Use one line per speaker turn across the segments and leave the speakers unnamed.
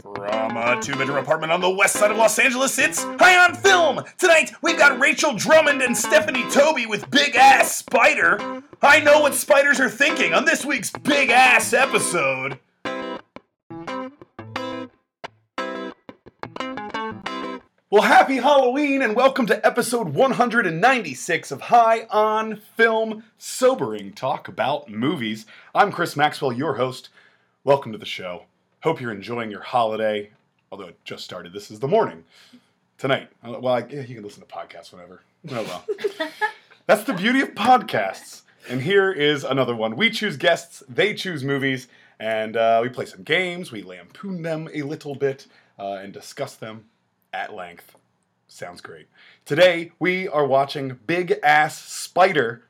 From a two bedroom apartment on the west side of Los Angeles, it's High on Film! Tonight, we've got Rachel Drummond and Stephanie Toby with Big Ass Spider. I know what spiders are thinking on this week's Big Ass episode. Well, happy Halloween and welcome to episode 196 of High on Film Sobering Talk About Movies. I'm Chris Maxwell, your host. Welcome to the show. Hope you're enjoying your holiday, although it just started. This is the morning. Tonight. Uh, Well, I, yeah, you can listen to podcasts whenever. Oh, well. That's the beauty of podcasts. And here is another one. We choose guests, they choose movies, and uh, we play some games, we lampoon them a little bit, uh, and discuss them at length. Sounds great. Today, we are watching Big Ass Spider.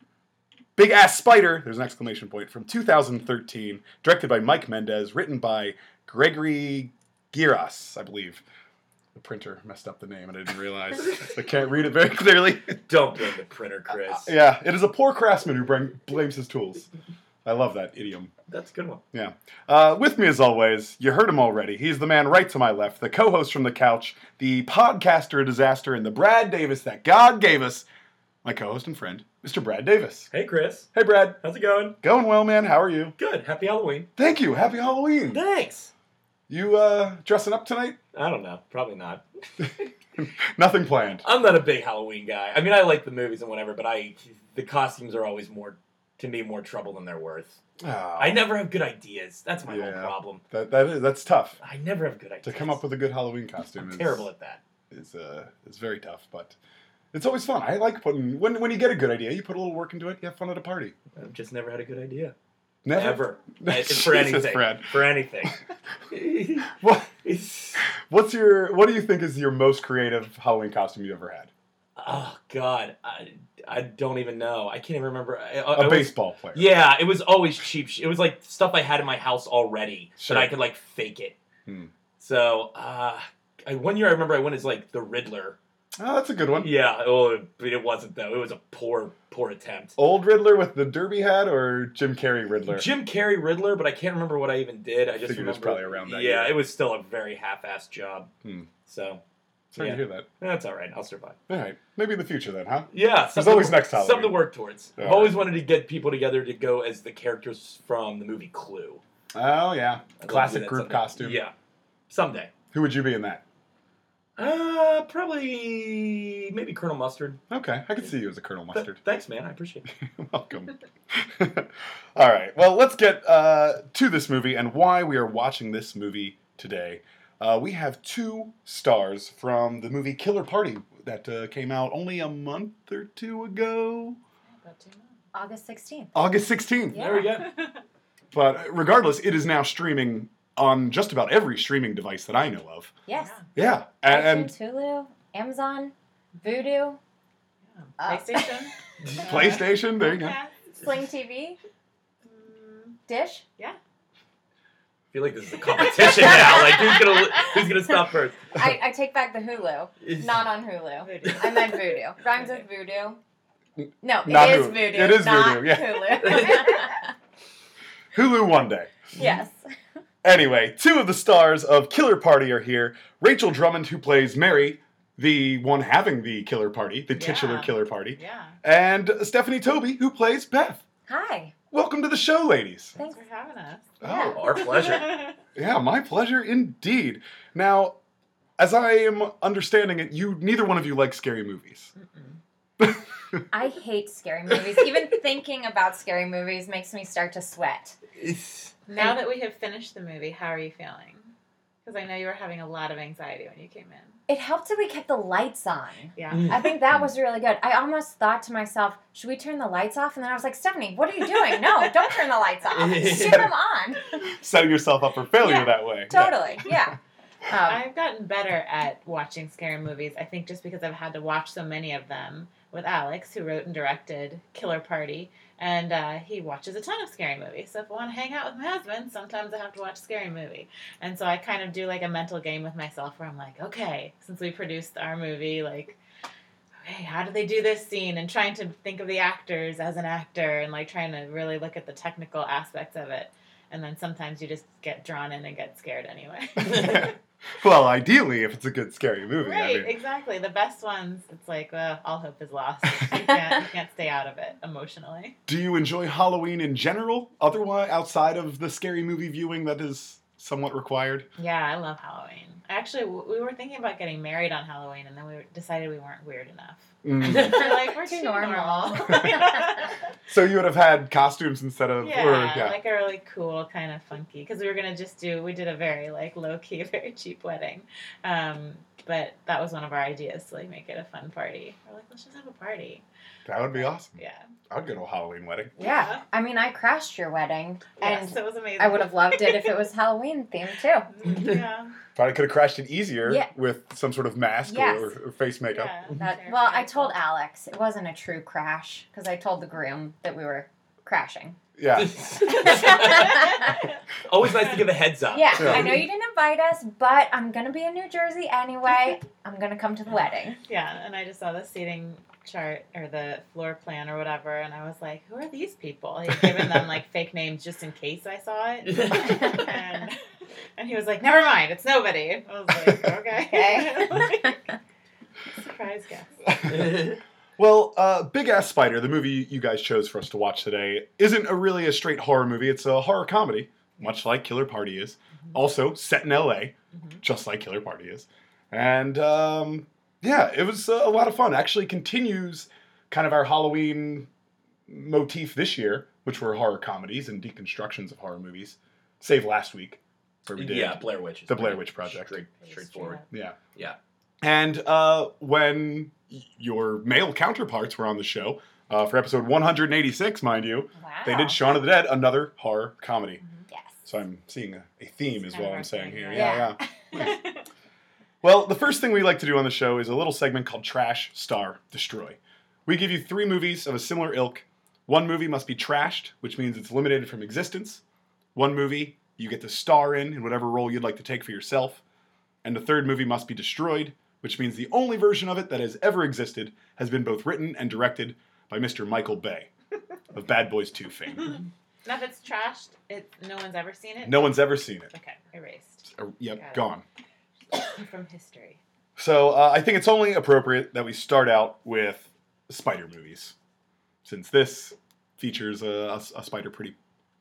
Big Ass Spider, there's an exclamation point, from 2013, directed by Mike Mendez, written by Gregory Giras, I believe. The printer messed up the name and I didn't realize. I can't read it very clearly.
Don't blame the printer, Chris.
uh, Yeah, it is a poor craftsman who bring, blames his tools. I love that idiom.
That's a good one.
Yeah. Uh, with me, as always, you heard him already. He's the man right to my left, the co host from the couch, the podcaster disaster, and the Brad Davis that God gave us, my co host and friend, Mr. Brad Davis.
Hey, Chris.
Hey, Brad.
How's it going?
Going well, man. How are you?
Good. Happy Halloween.
Thank you. Happy Halloween.
Thanks.
You uh, dressing up tonight?
I don't know. Probably not.
Nothing planned.
I'm not a big Halloween guy. I mean, I like the movies and whatever, but I the costumes are always more to me more trouble than they're worth.
Ah,
I never have good ideas. That's my whole
Yeah.
problem.
that, that is, that's tough.
I never have good ideas.
To come up with a good Halloween costume
I'm
is
terrible at that.
is uh, is very tough, but it's always fun. I like putting when when you get a good idea, you put a little work into it. You have fun at a party.
I've just never had a good idea.
Never.
Ever. I-
Jesus,
for anything.
Brad.
For anything.
What
It's-
What's your What do you think is your most creative Halloween costume you've ever had?
oh God, I, I don't even know. I can't even remember. I, I,
A
I was-
baseball player.
Yeah, it was always cheap. sh- It was like stuff I had in my house already,
Sure.
but I could like fake it.
Hmm.
So uh, I, one year I remember I went as like the Riddler.
Oh, that's a good one.
Yeah, oh, but it wasn't though. It was a poor, poor attempt.
Old Riddler with the derby hat or Jim Carrey Riddler.
Jim Carrey Riddler, but I can't remember what I even did. I just
Figured it was
remember
probably around that
Yeah,
year.
it was still a very half-assed job.
Hmm.
So
Sorry
yeah.
to hear that.
that's all right. I'll survive.
All right, maybe in the future then, huh?
Yeah,
There's
something-
always next Halloween.
Something to work towards.
All
I've always wanted to get people together to go as the characters from the movie Clue.
Oh yeah,
I'd love to
classic
do that
group
someday.
costume.
Yeah, someday.
Who would you be in that?
Uh, probably maybe Colonel Mustard.
Okay, I could see you as a Colonel
Th-
Mustard.
thanks, man. I appreciate it.
Welcome. All right. Well, let's get uh, to this movie and why we are watching this movie today. Uh, we have two stars from the movie Killer Party that uh, came out only a month or two ago,
August 16th.
August 16th.
Yeah.
There we go.
But regardless, it is now streaming on just about every streaming device that I know of.
Yes.
Yeah.
And
And,
Hulu, Amazon, Voodoo, Uh,
PlayStation.
and PlayStation, there you go.
Yeah.
Sling TV,
Mm,
Dish.
I feel like this is a competition now. Like who's gonna who's gonna stop first?
I, I take back the Hulu. Not on Hulu.
Voodoo.
I meant Voodoo. Rhymes with Voodoo. No, it is
Not Hulu.
Voodoo.
It is
not
Voodoo, yeah.
Hulu.
Hulu one day.
yes.
Anyway, two of the stars of Killer Party are here. Rachel Drummond, who plays Mary, the one having the killer party, the titular
Yeah.
killer party,
Yeah.
and Stephanie Toby, who plays Beth.
Hi.
Welcome to the show, ladies. Oh,
Thanks
Thanks.
for having us.
Yeah.
Our pleasure.
Yeah, my pleasure indeed. Now, as I am understanding it, you neither one of you like scary movies.
I hate scary movies. Even thinking about scary movies makes me start to sweat.
It's-
now that we have finished the movie, how are you feeling? Because I know you were having a lot of anxiety when you came in.
It helped that we kept the lights on.
Yeah.
Mm.
I think that was really good. I almost thought to myself, should we turn the lights off? And then I was like, Stephanie, what are you doing? No, don't turn the lights off. Turn them on.
Setting yourself up for failure
Yeah,
that way. Yeah.
Totally. Yeah. Um,
I've gotten better at watching scary movies. I think just because I've had to watch so many of them with Alex, who wrote and directed Killer Party, and uh, he watches a ton of scary movies. So if I want to hang out with my husband, sometimes I have to watch a scary movie. And so I kind of do like a mental game with myself where I'm like, okay, since we produced our movie, like, okay, how do they do this scene? And trying to think of the actors as an actor and like trying to really look at the technical aspects of it. And then sometimes you just get drawn in and get scared anyway.
well, ideally, if it's a good scary movie. I
right,
mean,
exactly. The best ones, it's like, well, all hope is lost. You can't, you can't stay out of it emotionally.
do you enjoy Halloween in general? Otherwise, outside of the scary movie viewing that is somewhat required.
Yeah, I love Halloween. Actually, w- we were thinking about getting married on Halloween, and then we decided we weren't weird enough.
Mm.
we're like, we're
Um, Too
too,
normal.
normal.
so you would have had costumes instead of.
yeah,
or, yeah.
like a really cool kind of funky because we were gonna just do we did a very like low key very cheap wedding, um, but that was one of our ideas to like make it a fun party. We're like let's just have a party.
that would be awesome.
Yeah,
I'd go to a Halloween wedding.
Yeah. I mean, I crashed your wedding, and
yes, it was amazing.
I would have loved it if it was Halloween themed too.
yeah,
Probably could have crashed it easier
Yeah.
with some sort of mask
Yes.
or, or face makeup.
yeah.
That, well, I told Alex it wasn't a true crash because I told the groom that we were crashing.
Yeah.
Always nice to give a heads
Oh,
up.
Yeah,
Yeah.
I know you didn't invite us, but I'm gonna be in New Jersey anyway. I'm gonna come to the wedding.
Yeah, and I just saw the seating chart or the floor plan or whatever, and I was like, "Who are these people?" He'd given them like fake names just in case I saw it, and, and he was like, "Never mind, it's nobody." I was like, "Okay,
Okay.
surprise guest."
Well, uh, Big Ass Spider, the movie you guys chose for us to watch today, isn't a really a straight horror movie. It's a horror comedy, much like Killer Party is. Also set in L.A.,
Mhm.
just like Killer Party is. And um, yeah, it was uh, a lot of fun. Actually, continues kind of our Halloween motif this year, which were horror comedies and deconstructions of horror movies, save last week where we did.
Yeah, Blair Witch. is
The Blair
pretty
Witch Project.
Straight,
Pretty
straightforward.
Yeah.
Yeah.
And uh, when y- your male counterparts were on the show uh, for episode 186, mind you,
Wow.
they did Shaun of the Dead, another horror comedy.
Yes.
So I'm seeing a, a theme is
It's kind
what
of
I'm saying
our
here.
thing,
Yeah,
right?
yeah. Well, the first thing we like to do on the show is a little segment called Trash, Star, Destroy. We give you three movies of a similar ilk. One movie must be trashed, which means it's eliminated from existence. One movie you get to star in in whatever role you'd like to take for yourself. And the third movie must be destroyed, which means the only version of it that has ever existed has been both written and directed by Mr. Michael Bay of Bad Boys 2 fame.
Now if it's trashed, it no one's ever seen it.
No one's ever seen it.
Okay, erased
Uh,
Got
Yep,
it.
gone.
from history.
So uh, I think it's only appropriate that we start out with spider movies, since this features a, a- a spider pretty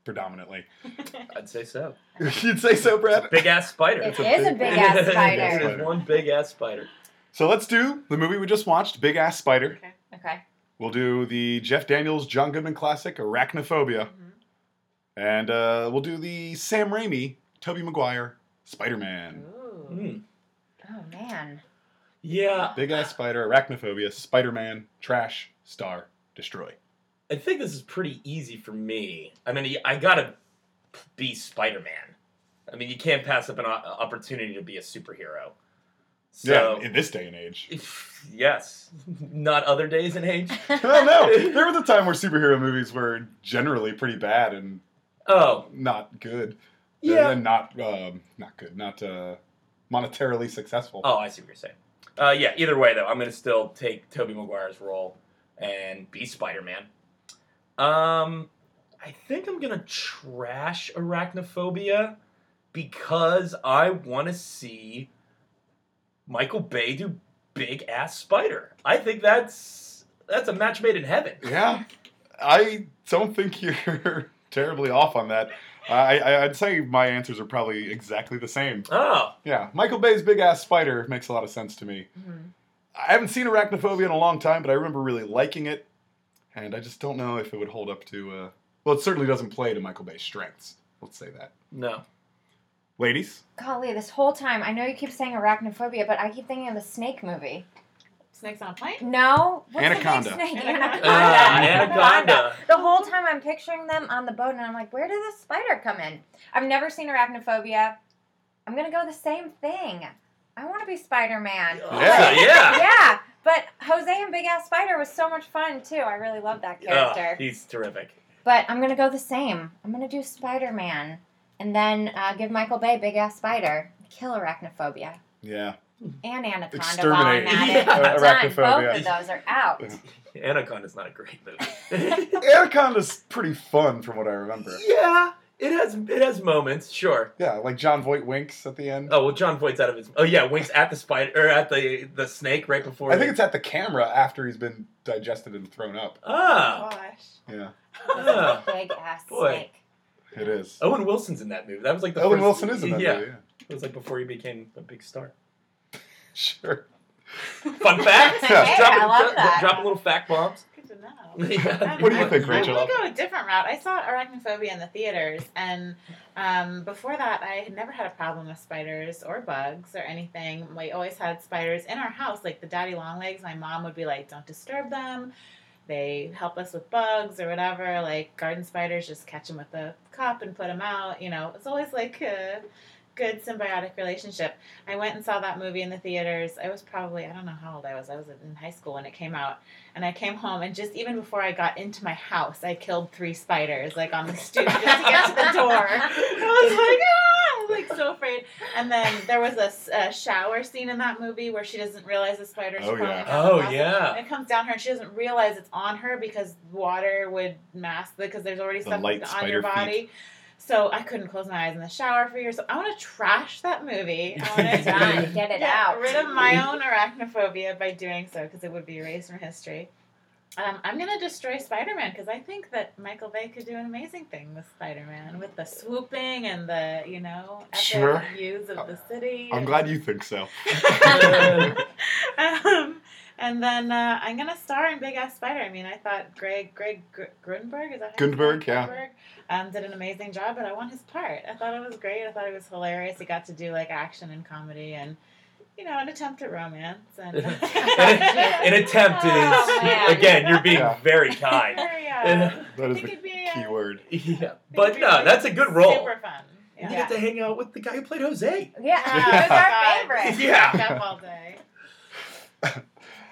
predominantly.
I'd say so.
You'd say so, Brad.
Big ass spider.
It is a big-ass
spider.
it is one big ass spider.
So let's do the movie we just watched, Big Ass Spider.
Okay.
Okay.
We'll do the Jeff Daniels John Goodman classic, Arachnophobia,
Mhm.
and uh, we'll do the Sam Raimi, Tobey Maguire, Spider Man.
Mm-hmm. Ooh.
Mm.
Oh man.
Yeah.
Big Ass Spider, Arachnophobia, Spider Man, Trash, Star, Destroy.
I think this is pretty easy for me. I mean, I gotta be Spider Man. I mean, you can't pass up an o- opportunity to be a superhero. So,
yeah, in this day and age.
yes, not other days and age.
I don't know. There was a time where superhero movies were generally pretty bad and
Oh,
not good.
yeah.
And not um, not good. Not uh, monetarily successful.
Oh, I see what you're saying. Uh, yeah. Either way, though, I'm gonna still take Toby Maguire's role and be Spider Man. Um, I think I'm gonna trash Arachnophobia because I want to see Michael Bay do big ass spider. I think that's that's a match made in heaven.
Yeah, I don't think you're terribly off on that. I, I I'd say my answers are probably exactly the same.
Oh,
Yeah, Michael Bay's big ass spider makes a lot of sense to me.
Mhm.
I haven't seen Arachnophobia in a long time, but I remember really liking it, and I just don't know if it would hold up to. Uh, well, it certainly doesn't play to Michael Bay's strengths. Let's say that.
no.
Ladies,
Golly, this whole time I know you keep saying arachnophobia, but I keep thinking of the snake movie.
Snakes on a plane.
No. What's
Anaconda.
The big snake?
Anaconda.
Uh,
Anaconda.
Anaconda.
The whole time I'm picturing them on the boat, and I'm like, where did the spider come in? I've never seen arachnophobia. I'm gonna go the same thing. I want to be Spider Man.
Yeah.
yeah.
yeah, but Jose and Big Ass Spider was so much fun too. I really love that
Oh,
character.
he's terrific.
But I'm gonna go the same. I'm gonna do Spider Man, and then uh, give Michael Bay Big Ass Spider, kill arachnophobia,
yeah,
and Anaconda.
Exterminate.
While I'm at it.
Yeah.
Done.
Arachnophobia.
Both of those are out.
Anaconda's not a great movie.
Anaconda's pretty fun from what I remember.
Yeah, It has it has moments, sure.
Yeah, like John Voight winks at the end.
Oh well, John Voight's out of his. Oh yeah, winks at the spider or at the the snake right before.
I
it-
think it's at the camera after he's been digested and thrown up.
ah.
Gosh.
Yeah,
ah.
Big ass
Boy.
snake.
it is.
Owen Wilson's in that movie. That was like Oh, the
Owen
first-
Wilson is in that
yeah,
movie. Yeah.
It was like before he became a big star.
Sure.
Fun fact.
Yeah.
Just dropping-
I love
dro-
that.
dropping little fact bombs.
Good to know.
Yeah.
What do you think,
I
Rachel?
want to go a different route. I saw Arachnophobia in the theaters, and um, before that, I had never had a problem with spiders or bugs or anything. We always had spiders in our house, like the daddy long legs. My mom would be like, "Don't disturb them." They help us with bugs or whatever. Like garden spiders, just catch them with a cup and put them out. You know, it's always like uh, a good symbiotic relationship. I went and saw that movie in the theaters. I was probably I don't know how old I was. I was in high school when it came out and I came home, and just even before I got into my house, I killed three spiders like on the stoop just to get to the door. I was like, ah, like so afraid. And then there was a, s- a shower scene in that movie where she doesn't realize the spider's
Oh,
crawling.
yeah.
out of the
Oh
closet.
yeah.
It comes down her, and she doesn't realize it's on her because water would mask because there's already
The
stuff
light
on
spider
your body. So I couldn't close my eyes in the shower for years. So I want to trash that movie. I want to
Done. Get it
get
out.
rid of my own arachnophobia by doing so because it would be erased from history. Um, I'm gonna destroy Spider-Man because I think that Michael Bay could do an amazing thing with Spider-Man with the swooping and the you know epic
Sure. Uh,
views of the city.
I'm glad you think so.
um, and then uh, I'm gonna star in Big Ass Spider. I mean, I thought Greg Greg Gr- Grunberg is that how you say it?
Grunberg, yeah.
Grunberg, um, did an amazing job, but I want his part. I thought it was great. I thought it was hilarious. He got to do like action and comedy and you know an attempt at romance and
an attempt is
Oh, man.
again you're being
Yeah.
very kind
Very, uh,
That
I
is
think
the
it'd be, uh,
key word.
yeah
it'd
but
be
no
really
that's a good role
Super fun.
you
Yeah. Oh
get to hang out with the guy who played jose
Yeah,
Yeah.
it was our
God.
favorite.
Yeah.
Stuck up all day.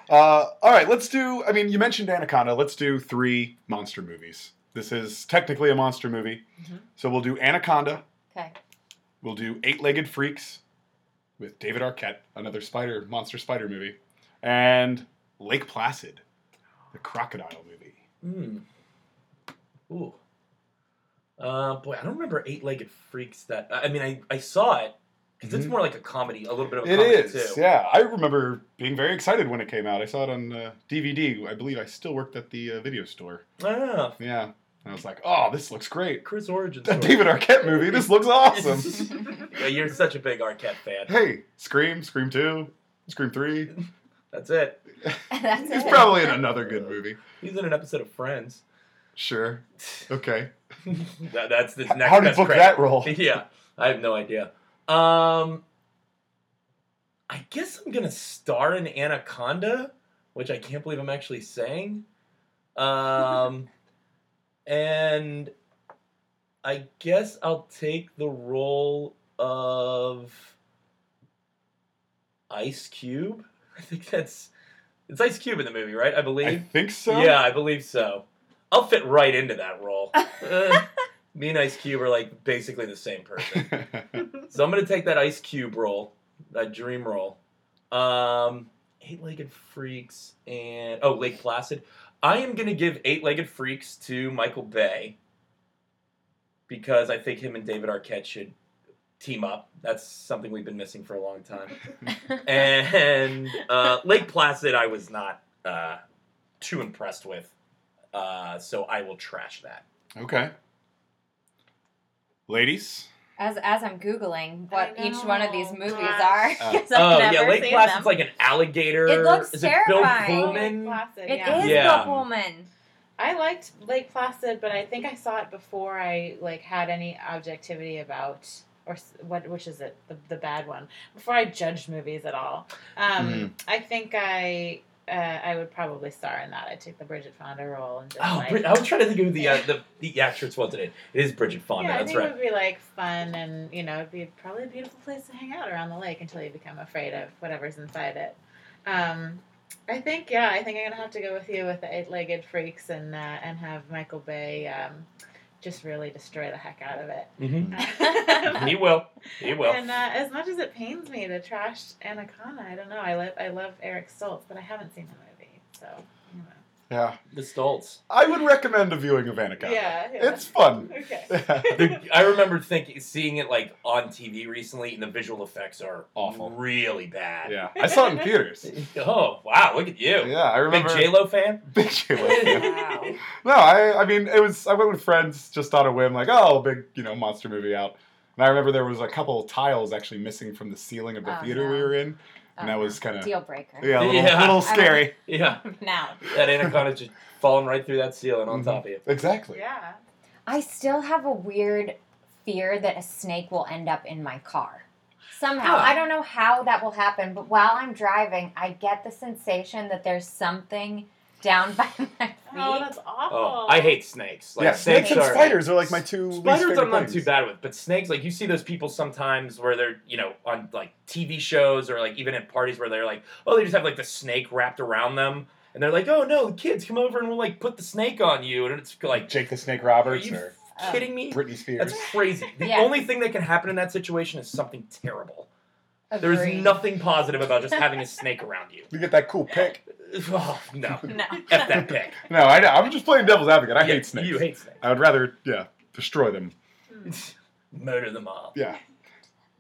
Uh, all right, let's do. I mean, you mentioned Anaconda. Let's do three monster movies. This is technically a monster movie,
Mhm.
so we'll do Anaconda.
Okay.
We'll do Eight Legged Freaks with David Arquette, another spider monster spider movie, and Lake Placid, the crocodile movie.
Hmm. Ooh. Uh, boy, I don't remember Eight Legged Freaks. That I I mean, I, I saw it because it's
Mhm.
more like a comedy, a little bit of a
It
comedy
is,
too.
yeah. I remember being very excited when it came out. I saw it on uh, DVD. I believe I still worked at the uh, video store.
Ah,
Yeah, and I was like, "Oh, this looks great."
Chris Origin.
That
story.
David Arquette movie. This looks awesome.
Yeah, You're such a big Arquette fan.
hey, Scream, Scream 2, Scream 3.
That's it.
That's
He's
it.
probably in another good movie.
He's in an episode of Friends.
Sure. Okay.
That, that's this next.
How did
best
book
credit.
that role?
yeah, I have no idea. Um, I guess I'm gonna star in Anaconda, which I can't believe I'm actually saying. Um, and I guess I'll take the role of Ice Cube. I think that's it's Ice Cube in the movie, right? I
I
believe.
think so.
Yeah, I believe so. I'll fit right into that role. Uh, me and Ice Cube are like basically the same person. So I'm gonna take that Ice Cube roll, that dream roll. Um, Eight Legged Freaks and oh Lake Placid. I am gonna give Eight Legged Freaks to Michael Bay because I think him and David Arquette should team up. That's something we've been missing for a long time. and uh, Lake Placid, I was not uh, too impressed with, uh, so I will trash that.
okay. Ladies,
As as I'm googling what
I
each one of these
know.
movies
Gosh.
Uh,
are, 'cause
oh
I've
yeah,
never
Lake
seen
Placid's
them.
like an alligator.
It looks
Is it
terrifying.
Bill
Lake
Pullman?
Placid,
It is
yeah.
Yeah.
Bill Pullman.
I liked Lake Placid, but I think I saw it before I like had any objectivity about or s- what which is it the, the bad one before I judged movies at all. Um, I think I uh, I would probably star in that. I took the Bridget Fonda role and just
Oh,
like
Brid- I was trying to think of who the uh, the the actress was in it. It is Bridget Fonda.
yeah, I
that's
think
right.
it would be like fun and you know it'd be probably a beautiful place to hang out around the lake until you become afraid of whatever's inside it. Um, I think yeah, I think I'm gonna have to go with you with the eight-legged freaks and uh, and have Michael Bay um, just really destroy the heck out of
Mhm.
it.
He will. He will.
And uh, as much as it pains me to trash Anaconda, I don't know. I love I love Eric Stoltz, but I haven't seen the movie, so you know.
Yeah.
The Stoltz.
I would recommend a viewing of Anaconda.
Yeah, yeah.
It's fun.
Okay.
The- I remember thinking, seeing it like on TV recently, and the visual effects are
Awful.
really bad.
yeah. I saw it in theaters.
Oh wow, look at you,
Yeah, I
big
remember.
J Lo fan.
Big J-Lo. yeah.
wow.
No, I I mean it was I went with friends just on a whim, like, oh big, you know, monster movie out. And I remember there was a couple of tiles actually missing from the ceiling of the
Oh,
theater
no.
we were in. And that
no.
was kinda-
Oh, deal breaker.
Yeah, a little,
Ah, Yeah.
little scary.
Yeah,
Now,
that anaconda just falling right through that ceiling on
Mhm.
top of you.
Exactly.
Yeah.
I still have a weird fear that a snake will end up in my car. Somehow,
Huh.
I don't know how that will happen, but while I'm driving, I get the sensation that there's something down by my feet.
Oh, that's awful.
Oh, I hate snakes. Like
yeah, snakes, and
are,
spiders are like my two least
Spiders
favorite
I'm not
things.
too bad with, but snakes, like you see those people sometimes where they're, you know, on like TV shows or like even at parties where they're like, oh, they just have like the snake wrapped around them. And they're like, oh no, the kids come over and we'll like put the snake on you. And it's like,
Jake the Snake
are
Roberts
you
or
Oh.
kidding me?
Britney Spears.
That's crazy. The
Yeah.
only thing that can happen in that situation is something terrible. There
Agreed.
is nothing positive about just having a snake around you.
You get that cool pick.
Oh, no.
No.
F that pick.
No, I know. I'm just playing devil's advocate. I
Yeah,
hate snakes.
You hate snakes.
I would rather, yeah, destroy them.
Hmm.
Murder them all.
Yeah.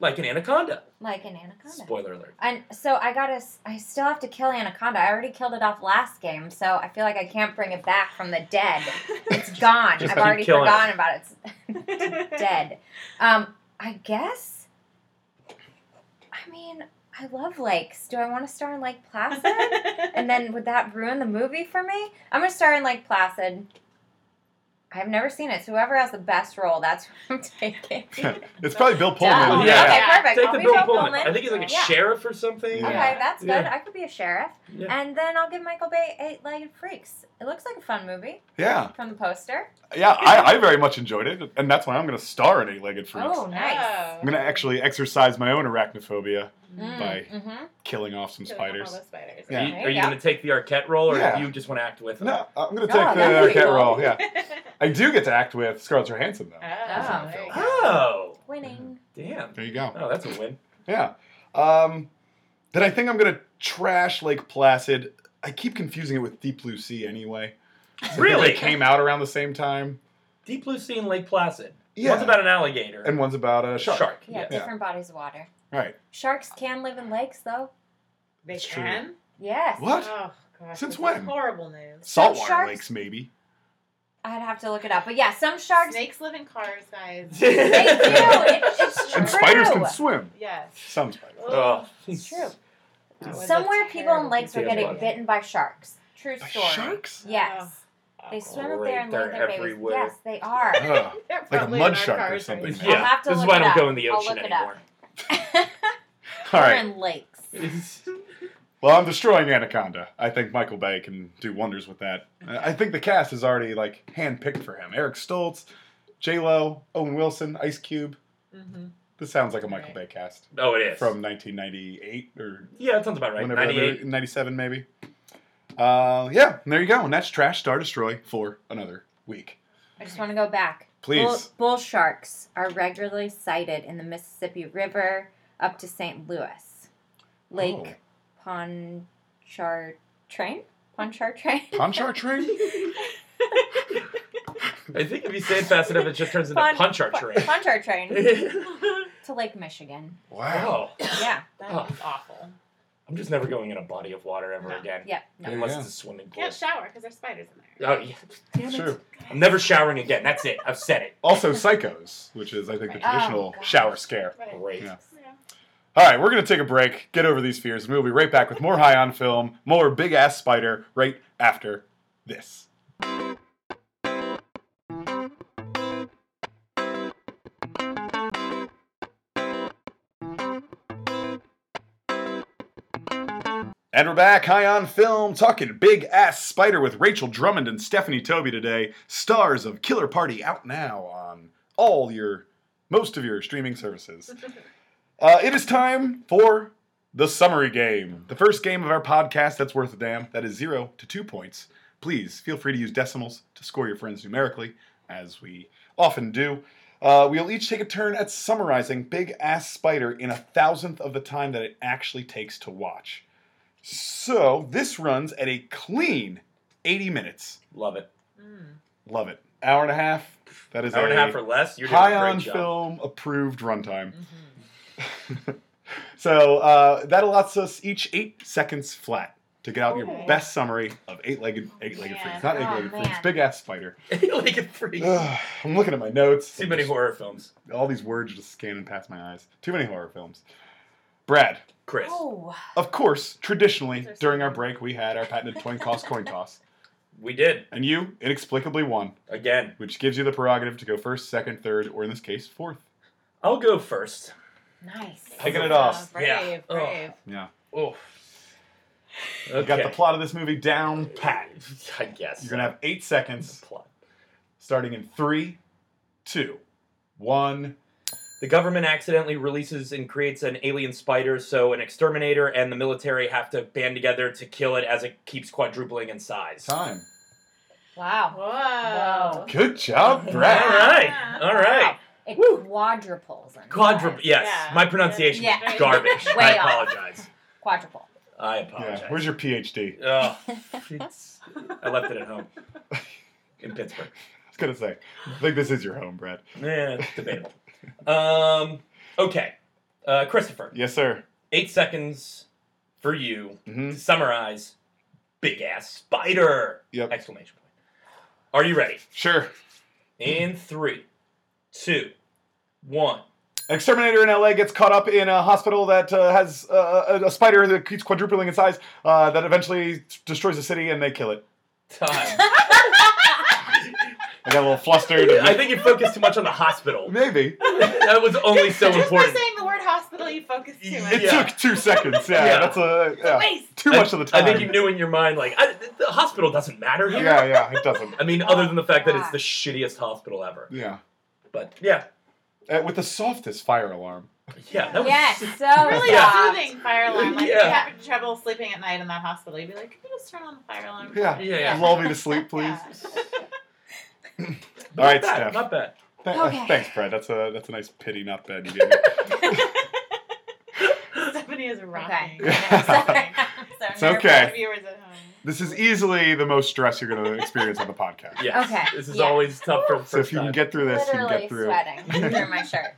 Like an anaconda.
like an anaconda.
Spoiler alert.
And so I gotta, s- I still have to kill Anaconda. I already killed it off last game, so I feel like I can't bring it back from the dead. It's gone.
just
I've
keep
already
killing it.
forgotten about it. It's dead. Um, I guess. I mean, I love lakes. Do I want to star in Lake Placid? and then would that ruin the movie for me? I'm gonna star in Lake Placid. I've never seen it. So whoever has the best role, that's who I'm taking.
It's probably Bill Pullman.
Duh.
Yeah.
Okay,
Yeah.
perfect.
Take
I'll
the
be
Bill
Bill
Pullman.
Pullman.
I think he's like a
Yeah.
sheriff or something.
Yeah.
Okay, that's good.
Yeah.
I could be a sheriff.
Yeah.
And then I'll give Michael Bay Eight Legged Freaks. It looks like a fun movie
Yeah.
from the poster.
Yeah, I, I very much enjoyed it. And that's why I'm going to star in Eight Legged Freaks.
Oh, nice.
I'm going to actually exercise my own arachnophobia,
Mm.
Bye.
hmm
killing off some
Killing off all
spiders.
those spiders.
Yeah.
Are you,
There
are
you
you
go.
going to take the Arquette role, or
Yeah.
do you just want to act with him?
No, I'm going to
Oh,
take the
that'd be
Arquette
cool.
role. Yeah. I do get to act with Scarlett Johansson, though.
Oh, there you go.
Oh,
Winning.
damn.
There you go.
Oh, that's a win.
Yeah. Um, then I think I'm going to trash Lake Placid. I keep confusing it with Deep Blue Sea anyway. It
really?
came out around the same time.
Deep Blue Sea in Lake Placid.
Yeah.
One's about an alligator.
And one's about uh, a shark.
Yeah,
Yeah.
different bodies of water.
Right.
Sharks can live in lakes, though.
They
It's true.
can?
Yes.
What?
Oh,
Since
gosh. this is
when?
Horrible news.
Saltwater
sharks-
lakes, maybe.
I'd have to look it up, but yeah, some sharks.
Snakes live in cars, guys.
They do. It, it's true.
And spiders can swim.
Yes.
Some spiders.
Oh,
It's true.
That was a
Somewhere, people in
terrible
lakes are
piece of
getting
water.
bitten by sharks. True
By
story.
sharks?
Yes. They
Awful.
swim up there and lay
They're
their babies.
everywhere.
Yes, they are.
Ugh.
They're
a
probably
mud
in our
shark or
cars
something.
right
Yeah.
now.
Yeah.
have to
this is
look
why I
it
don't
up.
go in the
I'll
ocean
look it up.
anymore.
All
We're
right.
in lakes.
Well, I'm destroying Anaconda. I think Michael Bay can do wonders with that. I I think the cast is already like handpicked for him. Eric Stoltz, J Lo, Owen Wilson, Ice Cube.
Mm-hmm.
Mhm.
This sounds like a Michael Bay
Right.
cast
oh, it is.
from 1998 or
yeah, that sounds about right.
whenever that movie-
98.
97 maybe. Uh, yeah, there you go. And that's Trash Star Destroy for another week.
I just want to go back.
Please.
Bull, bull sharks are regularly sighted in the Mississippi River up to St. Louis. Lake
Oh.
Pontchartrain? Pontchartrain?
Ponchartrain?
I think if you say it fast enough, it just turns into
Pon-
punch archery.
Pontchartrain
oh,
to Lake Michigan.
Wow.
Yeah.
That
Oh.
is awful.
I'm just never going in a body of water ever
No.
again.
Yeah.
There you
Unless
go.
it's a swimming pool.
Can't shower because there's spiders in there.
Oh, yeah. Damn it.
True.
I'm never showering again. That's it. I've said it.
Also, Psychos, which is, I think, the
Right. Oh,
traditional
gosh.
shower scare.
Right.
Great.
Yeah.
Yeah.
All right, we're going to take a break, get over these fears, and we'll be right back with more High on Film, more Big Ass Spider right after this. And we're back, high on film, talking Big Ass Spider with Rachel Drummond and Stephanie Toby today, stars of Killer Party, out now on all your, most of your streaming services. Uh, it is time for the summary game. The first game of our podcast that's worth a damn. That is zero to two points. Please feel free to use decimals to score your friends numerically, as we often do. Uh, we'll each take a turn at summarizing Big Ass Spider in a thousandth of the time that it actually takes to watch. So this runs at a clean 80 minutes.
Love it.
Mm.
Love it. Hour and a half. That is a
Hour and a half or less. You're doing
high
a great
on
job.
film approved runtime.
Mhm.
So uh, that allots us each eight seconds flat to get out your
Ooh.
best summary of eight-legged, eight-legged
Man.
freaks, not
Oh,
eight-legged freaks,
man.
big ass spider.
like a freak.
Ugh, I'm looking at my notes.
Too many horror films.
All these words just scanning past my eyes. Too many horror films. Brad,
Chris.
Oh,
of course, traditionally
Those are
during
so
our
good.
break we had our patented coin toss coin toss,
We did.
and you inexplicably won,
Again.
which gives you the prerogative to go first, second, third, or in this case, fourth.
I'll go first.
Nice.
Picking it
Oh,
off.
Brave,
Yeah. Ugh.
brave.
Yeah,
Oh.
you got the plot of this movie down pat.
I guess.
You're gonna have eight seconds,
The plot.
starting in three, two, one.
The government accidentally releases and creates an alien spider, so an exterminator and the military have to band together to kill it as it keeps quadrupling in size.
Time.
wow.
Whoa.
Good job,
All
Brad.
right, all right.
It
Woo.
quadruples. in
Quadruple.
size.
Yes,
Yeah.
my pronunciation is
Yeah.
garbage. I
Way off.
apologize.
Quadruple.
I
Yeah,
apologize.
where's your PhD?
Ugh, it's- I left it at home in Pittsburgh.
I was gonna say, I think this is your home, Brad.
Yeah, it's debatable. Um, okay, uh, Christopher,
Yes, sir.
eight seconds for you
hmm
to summarize. Big ass spider!
Yep.
Exclamation point. Are you ready?
Sure.
In three, two, one.
Exterminator in LA gets caught up in a hospital that uh, has uh, a, a spider that keeps quadrupling in size uh, that eventually destroys the city and they kill it.
Time.
I got a little flustered.
I think you focused too much on the hospital.
Maybe.
That was only so
Just by
important.
saying the word hospital, you focus too much.
It took two seconds. Yeah,
Yeah.
that's a.
It's a
Yeah.
waste.
Too much of the time.
I think you knew in your mind, like, I, the hospital doesn't matter here.
Yeah, yeah, it doesn't.
I mean,
Oh,
other than the fact that it's
gosh.
the shittiest hospital ever.
Yeah.
But yeah,
Uh, with the softest fire alarm.
yeah, that was.
Yes, so
Really
Yeah.
soft.
soothing fire alarm. Like if
Yeah.
you have trouble sleeping at night in that hospital, you'd be like, "Can you just turn on the fire alarm?"
Yeah.
Yeah, yeah.
Lull me to sleep, please.
Yeah.
Not
All right,
bad,
Steph.
Not bad.
Th- uh,
Okay.
Thanks, Brad. That's a that's a nice pity, not bad. You gave me.
Stephanie is rocking.
Okay.
So
It's
nervous
okay.
for Viewers at home.
This is easily the most stress you're going to experience on the podcast.
Yes.
Okay,
This is
yeah.
always tough for the
So if
first
you can
time.
get through this, you can
Literally
get through. it.
sweating through my shirt.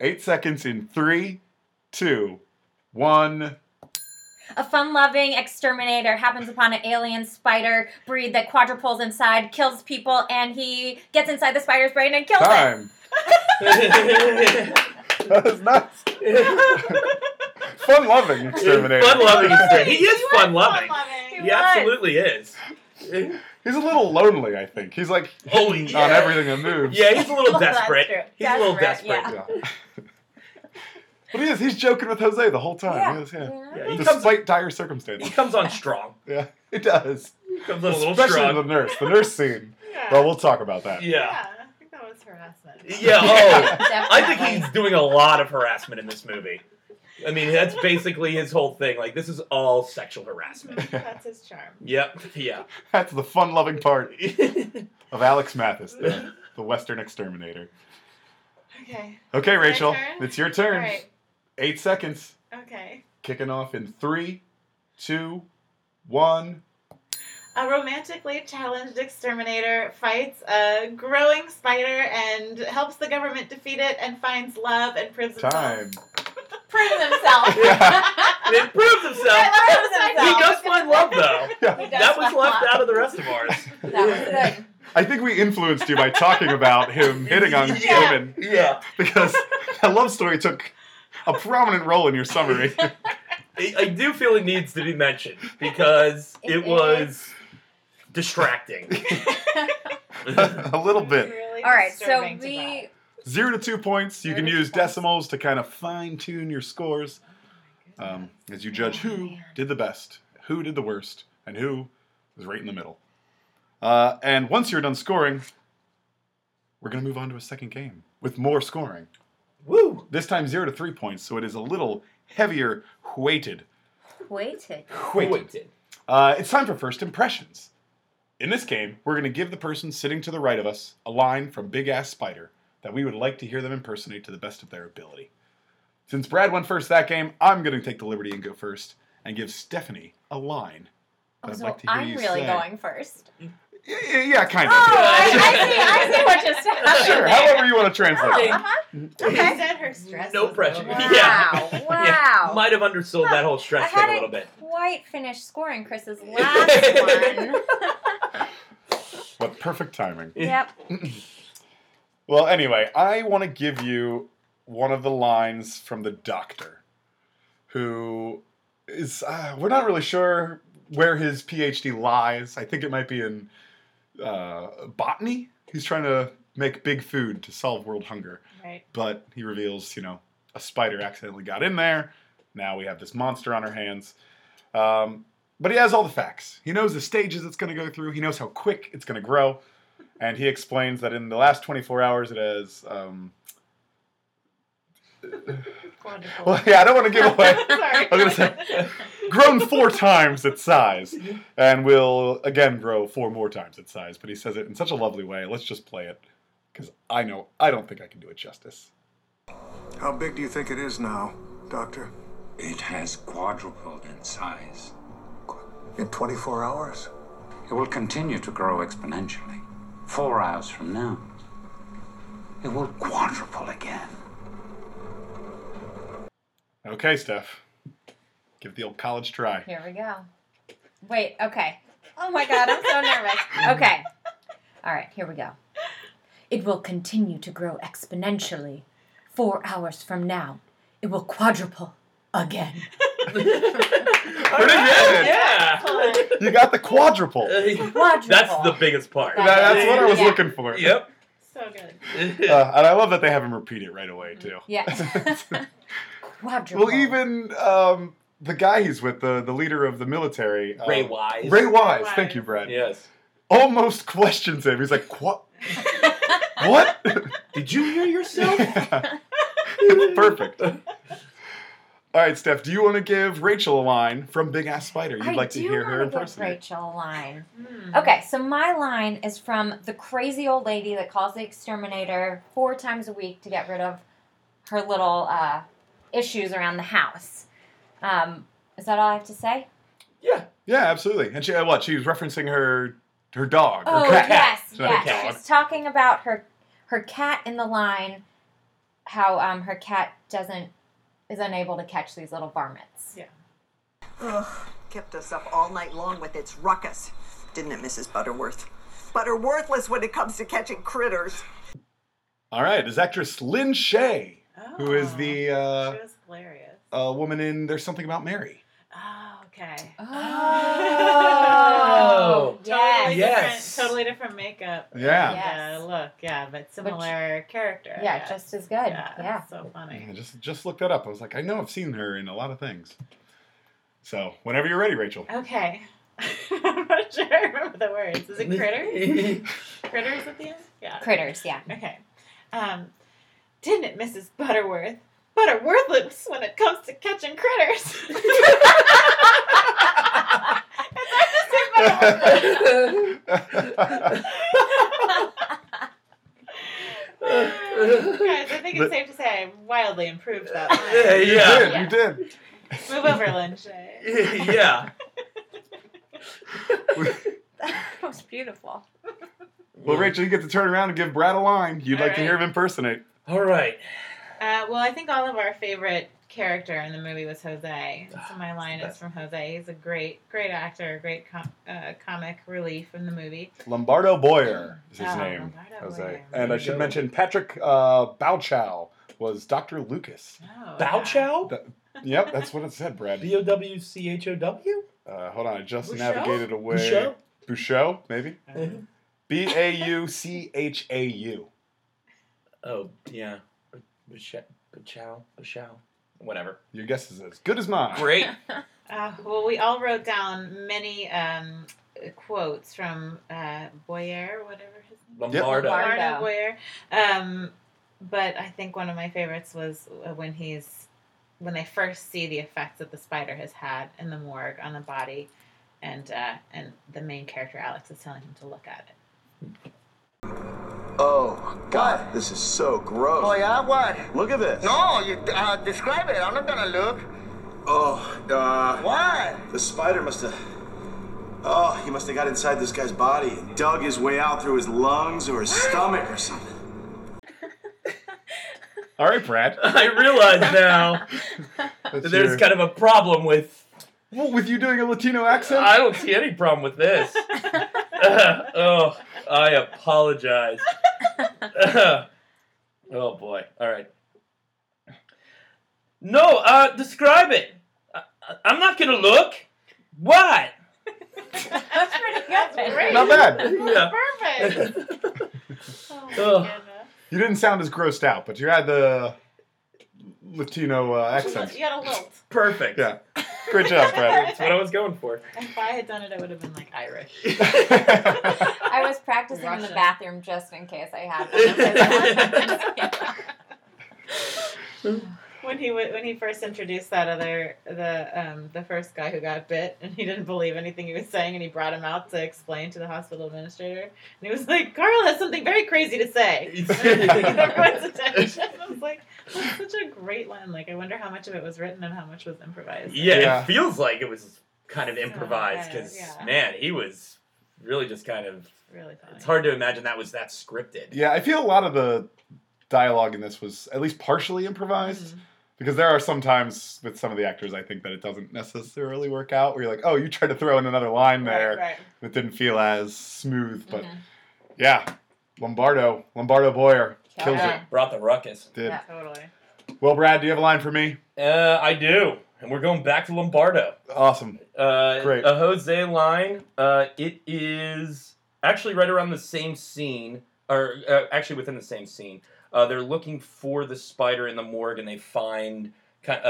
Eight seconds in three, two, one.
A fun loving exterminator happens upon an alien spider breed that quadruples inside, kills people, and he gets inside the spider's brain and kills it.
Time. That was nuts. Fun loving exterminator.
Fun loving exterminator. He is
You are
fun loving.
fun-loving.
He absolutely is.
He's a little lonely, I think. He's like
Oh,
hitting
yeah.
on everything that moves.
Yeah, he's a little
Well, Oh, that's
desperate.
true.
He's a little
Desperate,
desperate.
Yeah. but he is. He's joking with Jose the whole time.
Yeah.
He is, yeah.
You know?
Yeah, he comes,
Despite dire
he
circumstances.
comes on strong.
Yeah, it does.
He comes on a little
Especially the
strong.
nurse. The nurse scene.
Yeah.
Well, we'll talk about that.
Yeah.
Yeah, I think that was harassment.
Yeah, oh. I think
Definitely.
he's doing a lot of harassment in this movie. I mean, that's basically his whole thing. Like, this is all sexual harassment.
That's his charm.
Yep. Yeah.
That's the fun loving part of Alex Mathis, the, the Western exterminator.
Okay.
Okay,
my
Rachel,
turn?
it's your
All
turn.
right.
Eight seconds.
Okay.
Kicking off in three, two, one.
A romantically challenged exterminator fights a growing spider and helps the government defeat it and finds love and proves himself.
Time.
Proves himself.
And it proves himself. He
I
does find love, though.
Yeah.
That was left out of the rest of ours.
That was good.
I think we influenced you by talking about him hitting on
Yeah.
women
Yeah.
because that love story took a prominent role in your summary.
I, I do feel it needs to be mentioned because
It
it was distracting.
a little bit.
All right, so we.
Zero to two points. You
Zero
can
to two
use
points.
decimals to kind of fine tune your scores um, as you judge
Oh,
who
man.
did the best, who did the worst, and who was right in the middle. Uh, and once you're done scoring, we're going to move on to a second game with more scoring.
Woo!
This time, zero to three points, so it is a little heavier weighted.
Waited.
Quentin.
Uh, it's time for first impressions. In this game, we're going to give the person sitting to the right of us a line from Big Ass Spider that we would like to hear them impersonate to the best of their ability. Since Brad went first that game, I'm going to take the liberty and go first and give Stephanie a line I'd
Oh, so
like to hear
I'm
you
really
say.
going first.
Yeah, yeah, yeah, kind of.
Oh, I, I see. I see what just happened.
sure,
there.
however you want to translate. it.
Uh-huh.
She
Okay.
said her stress.
No
was
pressure.
over.
Wow.
Yeah.
Wow.
Might have undersold that whole stress
I
thing a
had
little bit.
Quite finished scoring Chris's last one.
What perfect timing.
yep.
Well, anyway, I want to give you one of the lines from the doctor, who is, uh, we're not really sure where his PhD lies. I think it might be in uh, botany. He's trying to make big food to solve world hunger.
Right.
But he reveals, you know, a spider accidentally got in there. Now we have this monster on our hands. Um, but he has all the facts. He knows the stages it's going to go through, he knows how quick it's going to grow. And he explains that in the last 24 hours, it has. Um,
Wonderful.
well, yeah, I don't want to give away. I
Sorry.
was gonna say- grown four times its size, and will again grow four more times its size. But he says it in such a lovely way. Let's just play it, because I know I don't think I can do it justice.
How big do you think it is now, Doctor?
It has quadrupled in size.
In 24 hours?
It will continue to grow exponentially. Four hours from now, it will quadruple again.
Okay, Steph, give the old college try.
Here we go. Wait, okay. Oh my god, I'm so nervous. Okay. All right, here we go. It will continue to grow exponentially. Four hours from now, it will quadruple again.
Pretty good.
Yeah.
You got the quadruple.
Uh,
That-
Quadruple.
That's the biggest part.
That-
that's what I was
Yeah.
looking for.
Yep.
so good.
Uh, and I love that they have him repeat it right away too.
Yeah. quadruple.
Well, even um, the guy he's with, the the leader of the military,
Ray
um,
Wise.
Ray Wise.
Wise.
Thank you, Brad.
Yes.
almost questions him. He's like, "What? what?"
Did you hear yourself?
Perfect. All right, Steph. Do you want to give Rachel a line from Big Ass Spider? You'd
I
like to
do
hear her
wanna give
impersonate.
Rachel a line.
Mm.
Okay, so my line is from the crazy old lady that calls the exterminator four times a week to get rid of her little uh, issues around the house. Um, is that all I have to say?
yeah.
Yeah, absolutely. And she, uh, what? She was referencing her her dog.
Oh
her cat.
yes,
It's not a
yes.
cat.
She's talking about her her cat in the line, how um, her cat doesn't is unable to catch these little varmints.
Ugh, kept us up all night long with its ruckus, didn't it, Mrs. Butterworth? Butterworthless when it comes to catching critters.
All right, is actress Lynn Shay, who is
Oh,
the
She
uh,
was hilarious.
uh, woman in There's Something About Mary.
Oh, okay.
Oh.
yes.
Totally
Yes.
Different, totally different makeup.
Yeah.
Yeah,
Yes.
look, yeah, but similar character. I
Yeah,
guess.
just as good.
yeah,
yeah.
so funny.
I just just looked that up. I was like, I know I've seen her in a lot of things. So whenever you're ready, Rachel.
Okay. I'm not sure I remember the words. Is it critter? Critters at the end? Yeah.
Critters, yeah.
Okay. Um, didn't it, Mrs. Butterworth? Butterworthless when it comes to catching critters. It's hard to say Butterworthless. Guys, I think it's
But-
safe to say I wildly improved that
Yeah,
line.
You did.
Yeah.
You did.
Move over, Uh, Lynn Shay.
yeah.
that was beautiful.
Well, Rachel, you get to turn around and give Brad a line you'd
All
like to hear
right.
him impersonate.
All right.
Uh, well, I think all of our favorite character in the movie was Jose. So my line
Ah, the
is
best.
from Jose. He's a great, great actor, great com- uh, comic relief in the movie.
Lombardo Boyer is his
Oh,
name.
Lombardo
Jose.
Boyer.
And I
There you
should
go.
mention Patrick uh, Bowchow was Dr. Lucas.
Oh,
Bow
yeah.
Chow?
That- yep, that's what it said, Brad.
B O W C H O W?
Uh, hold on, I just
Bouchot?
navigated away.
Bouchot?
Bouchot, maybe?
Mhm.
B A U C H A U.
Oh, yeah. Bachow. Bachow. Whatever.
Your guess is as good as mine.
Great.
Uh, well, we all wrote down many um, quotes from uh, Boyer, whatever his name.
Lombardo.
Lombardo.
Bardo Boyer. Um, but I think one of my favorites was uh, when he's when they first see the effects that the spider has had in the morgue on the body, and uh, and the main character Alex is telling him to look at it.
Oh, God, this is so gross.
Oh yeah, what?
Look at this.
No, you uh, describe it. I'm not gonna look.
Oh, uh,
Why?
the spider must have. Oh, he must have got inside this guy's body and dug his way out through his lungs or his stomach or something.
All right, Brad.
I realize now that there's kind of a problem with.
Well, with you doing a Latino accent.
I don't see any problem with this. oh, I apologize. oh boy. All right. No, uh, describe it. I, I- I'm not gonna look. What?
That's pretty good. Great.
Not bad.
Yeah.
Perfect. Oh, my
Ugh.
goodness.
You didn't sound as grossed out, but you had the Latino uh, accent.
You got a lilt.
Perfect.
Yeah. Great job, Brad.
That's what I was going for.
If I had done it, I would have been like Irish.
I was practicing in
Russian.
the bathroom just in case I had one.
When he wa- when he first introduced that other the um, the first guy who got bit and he didn't believe anything he was saying and he brought him out to explain to the hospital administrator and he was like Carl has something very crazy to say. And Everyone's attention. I was like, that's such a great line. Like, I wonder how much of it was written and how much was improvised.
Yeah,
Yeah.
it feels like it was kind of improvised because
Yeah.
man, he was really just kind of.
Really funny.
It's hard to imagine that was that scripted.
yeah, I feel a lot of the dialogue in this was at least partially improvised.
Mm-hmm.
Because there are some times with some of the actors, I think that it doesn't necessarily work out. Where you're like, "Oh, you tried to throw in another line there
Right, right.
that didn't feel as smooth." But yeah, Lombardo, Lombardo Boyer kills
Mm-hmm. Yeah.
it.
Brought the ruckus.
Did
Yeah.
Totally.
well, Brad? Do you have a line for me?
Uh, I do, and we're going back to Lombardo.
Awesome.
Uh,
Great.
A Jose line. Uh, it is actually right around the same scene, or uh, actually within the same scene. Uh, they're looking for the spider in the morgue, and they find, ki- uh,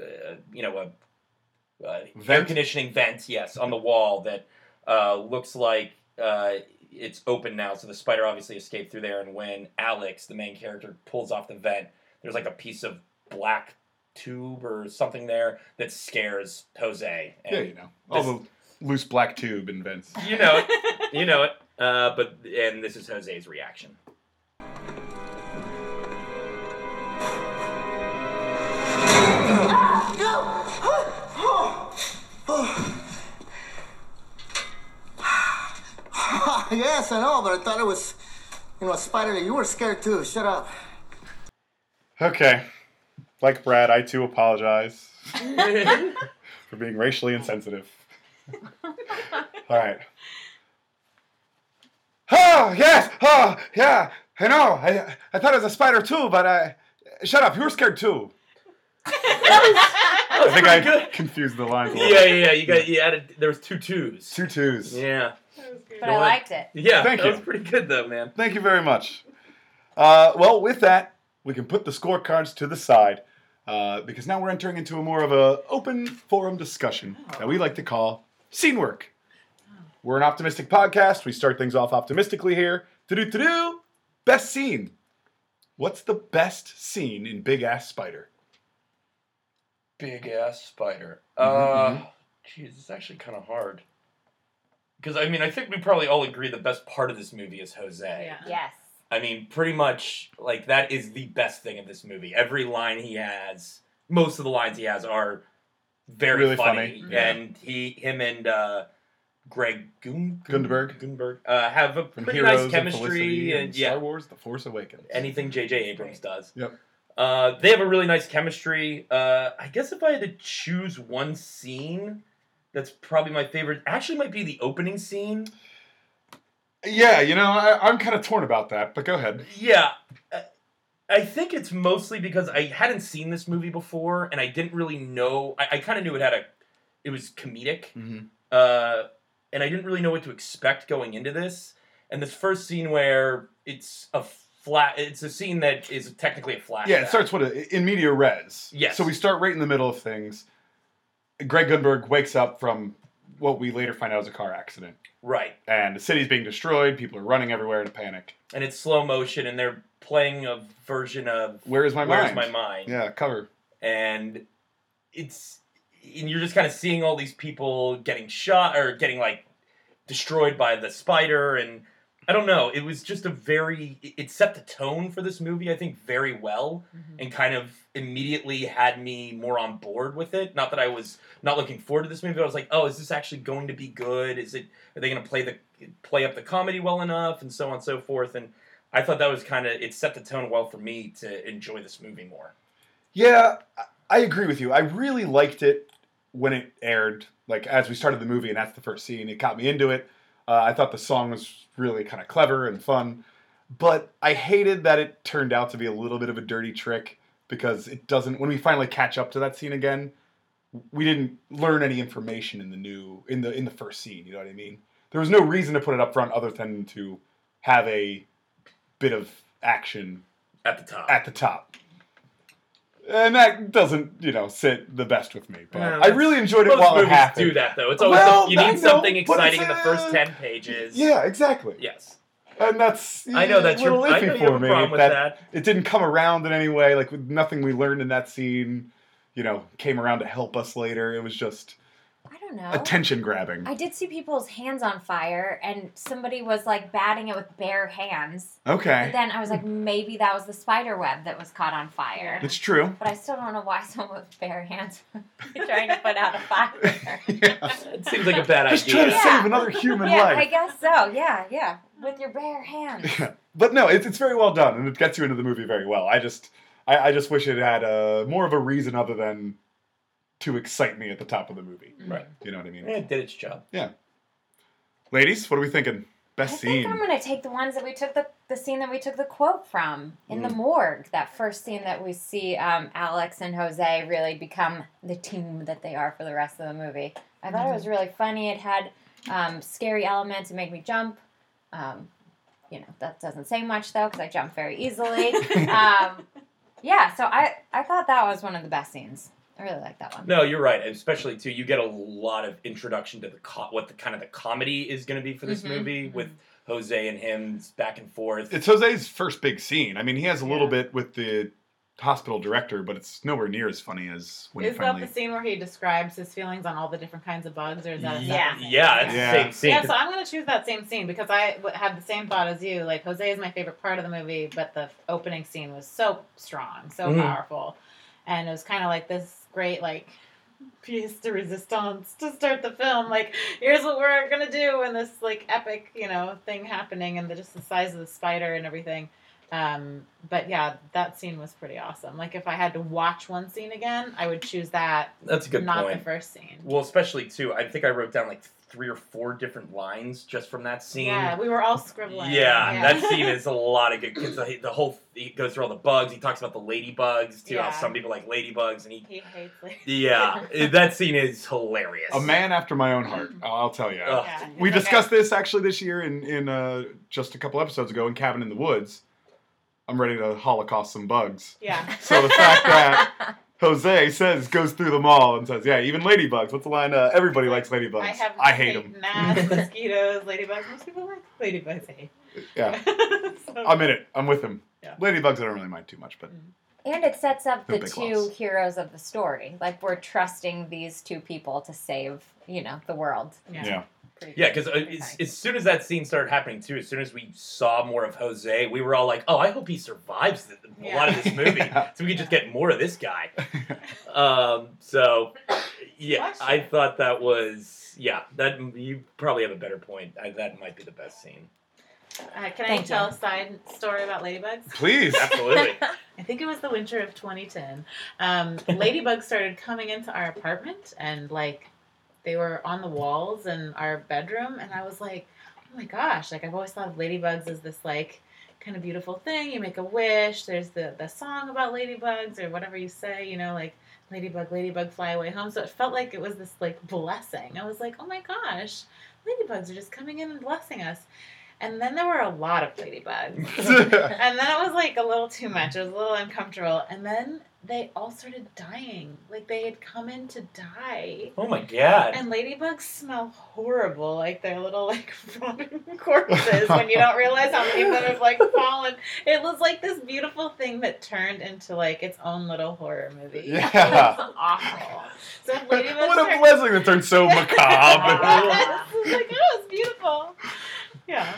uh, you know, a uh, air
Vent?
conditioning vent. Yes, on the wall that uh, looks like uh, it's open now. So the spider obviously escaped through there. And when Alex, the main character, pulls off the vent, there's like a piece of black tube or something there that scares Jose. And
Yeah, you know, all the loose black tube and vents.
you know it. You know it. Uh, but and this is Jose's reaction.
yes, I know, but I thought it was, you know, a spider. You were scared too. Shut up.
Okay. Like Brad, I too apologize for being racially insensitive. All right. Oh, yes! Oh, yeah! I know! I, I thought it was a spider too, but I. Shut up, you were scared too. I think I confused the lines a little
Yeah, yeah,
bit.
yeah. You got you added. There was two twos.
Two twos.
Yeah,
That was good.
But I liked it.
yeah.
Thank
that
you.
was pretty good though, man.
Thank you very much. Uh, well, with that, we can put the scorecards to the side uh, because now we're entering into a more of a open forum discussion that we like to call scene work. We're an optimistic podcast. We start things off optimistically here. To do to do. Best scene. What's the best scene in Big Ass Spider?
Big ass spider.
Mhm,
Uh, jeez, it's actually kind of hard. Because I mean, I think we probably all agree the best part of this movie is Jose.
Yeah.
Yes.
I mean, pretty much like that is the best thing of this movie. Every line he has, most of the lines he has are very
Really
funny,
funny, yeah.
and he, him, and uh, Greg Gun-
Gunderberg.
Gunderberg uh, have a
From
pretty
Heroes
nice
and
chemistry,
Felicity
and, yeah,
Star Wars: The Force Awakens.
anything J.J. Abrams does.
Yep.
Uh, they have a really nice chemistry. Uh, I guess if I had to choose one scene, that's probably my favorite. Actually, might be the opening scene.
yeah, you know, I, I'm kind of torn about that, but go ahead.
Yeah. I- I think it's mostly because I hadn't seen this movie before and I didn't really know. I, I kind of knew it had a. It was comedic.
Mhm.
Uh, and I didn't really know what to expect going into this. And this first scene where it's a flat. It's a scene that is technically a flashback.
Yeah, it starts with a, in media res.
Yes.
So we start right in the middle of things. Greg Gunberg wakes up from what we later find out is a car accident,
Right.
and the city's being destroyed. People are running everywhere in a panic.
And it's slow motion and they're playing a version of
Where is my mind?
Where's My Mind?
Yeah, cover.
and it's and you're just kind of seeing all these people getting shot or getting like destroyed by the spider and I don't know. It was just a very. it- It set the tone for this movie, I think, very well, and kind of immediately had me more on board with it. Not that I was not looking forward to this movie, but I was like, "Oh, is this actually going to be good? Is it? Are they going to play the play up the comedy well enough, and so on and so forth?" And I thought that was kind of it set the tone well for me to enjoy this movie more.
Yeah, I- I agree with you. I really liked it when it aired. Like as we started the movie, and that's the first scene. It got me into it. Uh, I thought the song was really kind of clever and fun, but I hated that it turned out to be a little bit of a dirty trick because it doesn't. When we finally catch up to that scene again, we didn't learn any information in the new in the in the first scene. You know what I mean? There was no reason to put it up front other than to have a bit of action
At the top,
at the top. And that doesn't, you know, sit the best with me. But
No,
I
that's-
really enjoyed it
most
while it
movies
happened.
do that though. It's always
Well,
you
I
need
know,
something
but it's,
exciting in the first
uh,
ten pages.
Yeah, exactly.
Yes.
And that's
I know that's
a
your.
little
I
iffy
know you
for
have a
me.
problem with
that,
that.
it didn't come around in any way. Like with nothing we learned in that scene, you know, came around to help us later. It was just
I don't know.
attention grabbing.
I did see people's hands on fire, and somebody was like batting it with bare hands. But
Okay,
then I was like, maybe that was the spider web that was caught on fire.
it's true.
But I still don't know why someone with bare hands would be trying to put out a fire.
yeah.
It seems like a bad
Just
idea.
trying to
Yeah.
save another human
yeah,
life.
I guess so. Yeah, yeah. With your bare hands.
Yeah. but no, it's, it's very well done, and it gets you into the movie very well. I just, I, I just wish it had a more of a reason other than to excite me at the top of the movie.
Right.
You know what I mean?
Yeah, it did its job.
Ladies, what are we thinking?
I
Best scene.
think I'm gonna take the ones that we took the the scene that we took the quote from in
Mm.
the morgue. That first scene that we see um, Alex and Jose really become the team that they are for the rest of the movie. I thought it was really funny. It had um, scary elements. It made me jump. Um, you know that doesn't say much though because I jump very easily. um, yeah, so I I thought that was one of the best scenes. I really like that one.
No, you're right. Especially too, you get a lot of introduction to the co- what the kind of the comedy is going to be for this
Mhm,
movie with Jose and him back and forth.
it's Jose's first big scene. I mean, he has a little
Yeah.
bit with the hospital director, but it's nowhere near as funny as when
Is
he
that the
finally.
scene where he describes his feelings on all the different kinds of bugs, or is that a
yeah,
separate scene?
yeah, it's
Yeah.
the same scene.
Yeah, so I'm going to choose that same scene because I w- had the same thought as you. Like, Jose is my favorite part of the movie, but the opening scene was so strong, so
Mm.
powerful. And it was kind of like this great, like, piece de resistance to start the film. Like, here's what we're going to do in this, like, epic, you know, thing happening and the, just the size of the spider and everything. Um, but yeah, that scene was pretty awesome. Like, if I had to watch one scene again, I would choose that,
That's a good
not
point.
the first scene.
well, especially too, I think I wrote down like three or four different lines just from that scene.
Yeah, we were all scribbling.
Yeah, that scene is a lot of good. Cause the, the whole he goes through all the bugs. He talks about the ladybugs too.
Yeah.
How some people like ladybugs, and he
He hates it.
yeah, that scene is hilarious.
A man after my own heart. I'll I'll tell you.
Ugh.
Yeah.
we
He's like,
discussed this actually this year in in uh, just a couple episodes ago in Cabin in the Woods. I'm ready to holocaust some bugs.
"I- Yeah.
So the fact that Jose says goes through them all and says, "Yeah, even ladybugs." What's the line? Uh, Everybody likes ladybugs.
I have
hate them.
Gnats, mosquitoes, ladybugs. Most people like ladybugs. I hate.
Yeah,
So-
I'm in it. I'm with him.
Yeah.
Ladybugs, I don't really mind too much, but
And it sets up
No
the
big
two
loss.
heroes of the story. Like we're trusting these two people to save, you know, the world.
yeah,
Uh,
uh,
Yeah, because as, as soon as that scene started happening too, as soon as we saw more of Jose, we were all like, "Oh, I hope he survives th- a lot of this movie,
Yeah.
so we could just get more of this guy." um, so, yeah,
Bless
I
you.
thought that was yeah. That you probably have a better point. I, that might be the best scene.
Uh, can I
Thank
tell
you.
a side story about ladybugs?
please.
Absolutely.
I think it was the winter of 2010. Um, ladybugs started coming into our apartment and like they were on the walls in our bedroom, and I was like, oh my gosh! Like I've always thought of ladybugs as this like kind of beautiful thing. You make a wish. There's the the song about ladybugs or whatever you say. You know, like ladybug, ladybug, fly away home. So it felt like it was this like blessing. I was like, oh my gosh, ladybugs are just coming in and blessing us. And then there were a lot of ladybugs. And then it was like a little too much. It was a little uncomfortable. And then they all started dying. Like they had come in to die.
oh my god.
And ladybugs smell horrible, like they're little like rotting corpses when you don't realize how many of them have like fallen. It was like this beautiful thing that turned into like its own little horror movie.
Yeah.
It was awful. So if
what
ladybugs
a
are-
blessing that turned so macabre.
Yes, it's like, oh, it's beautiful. Yeah.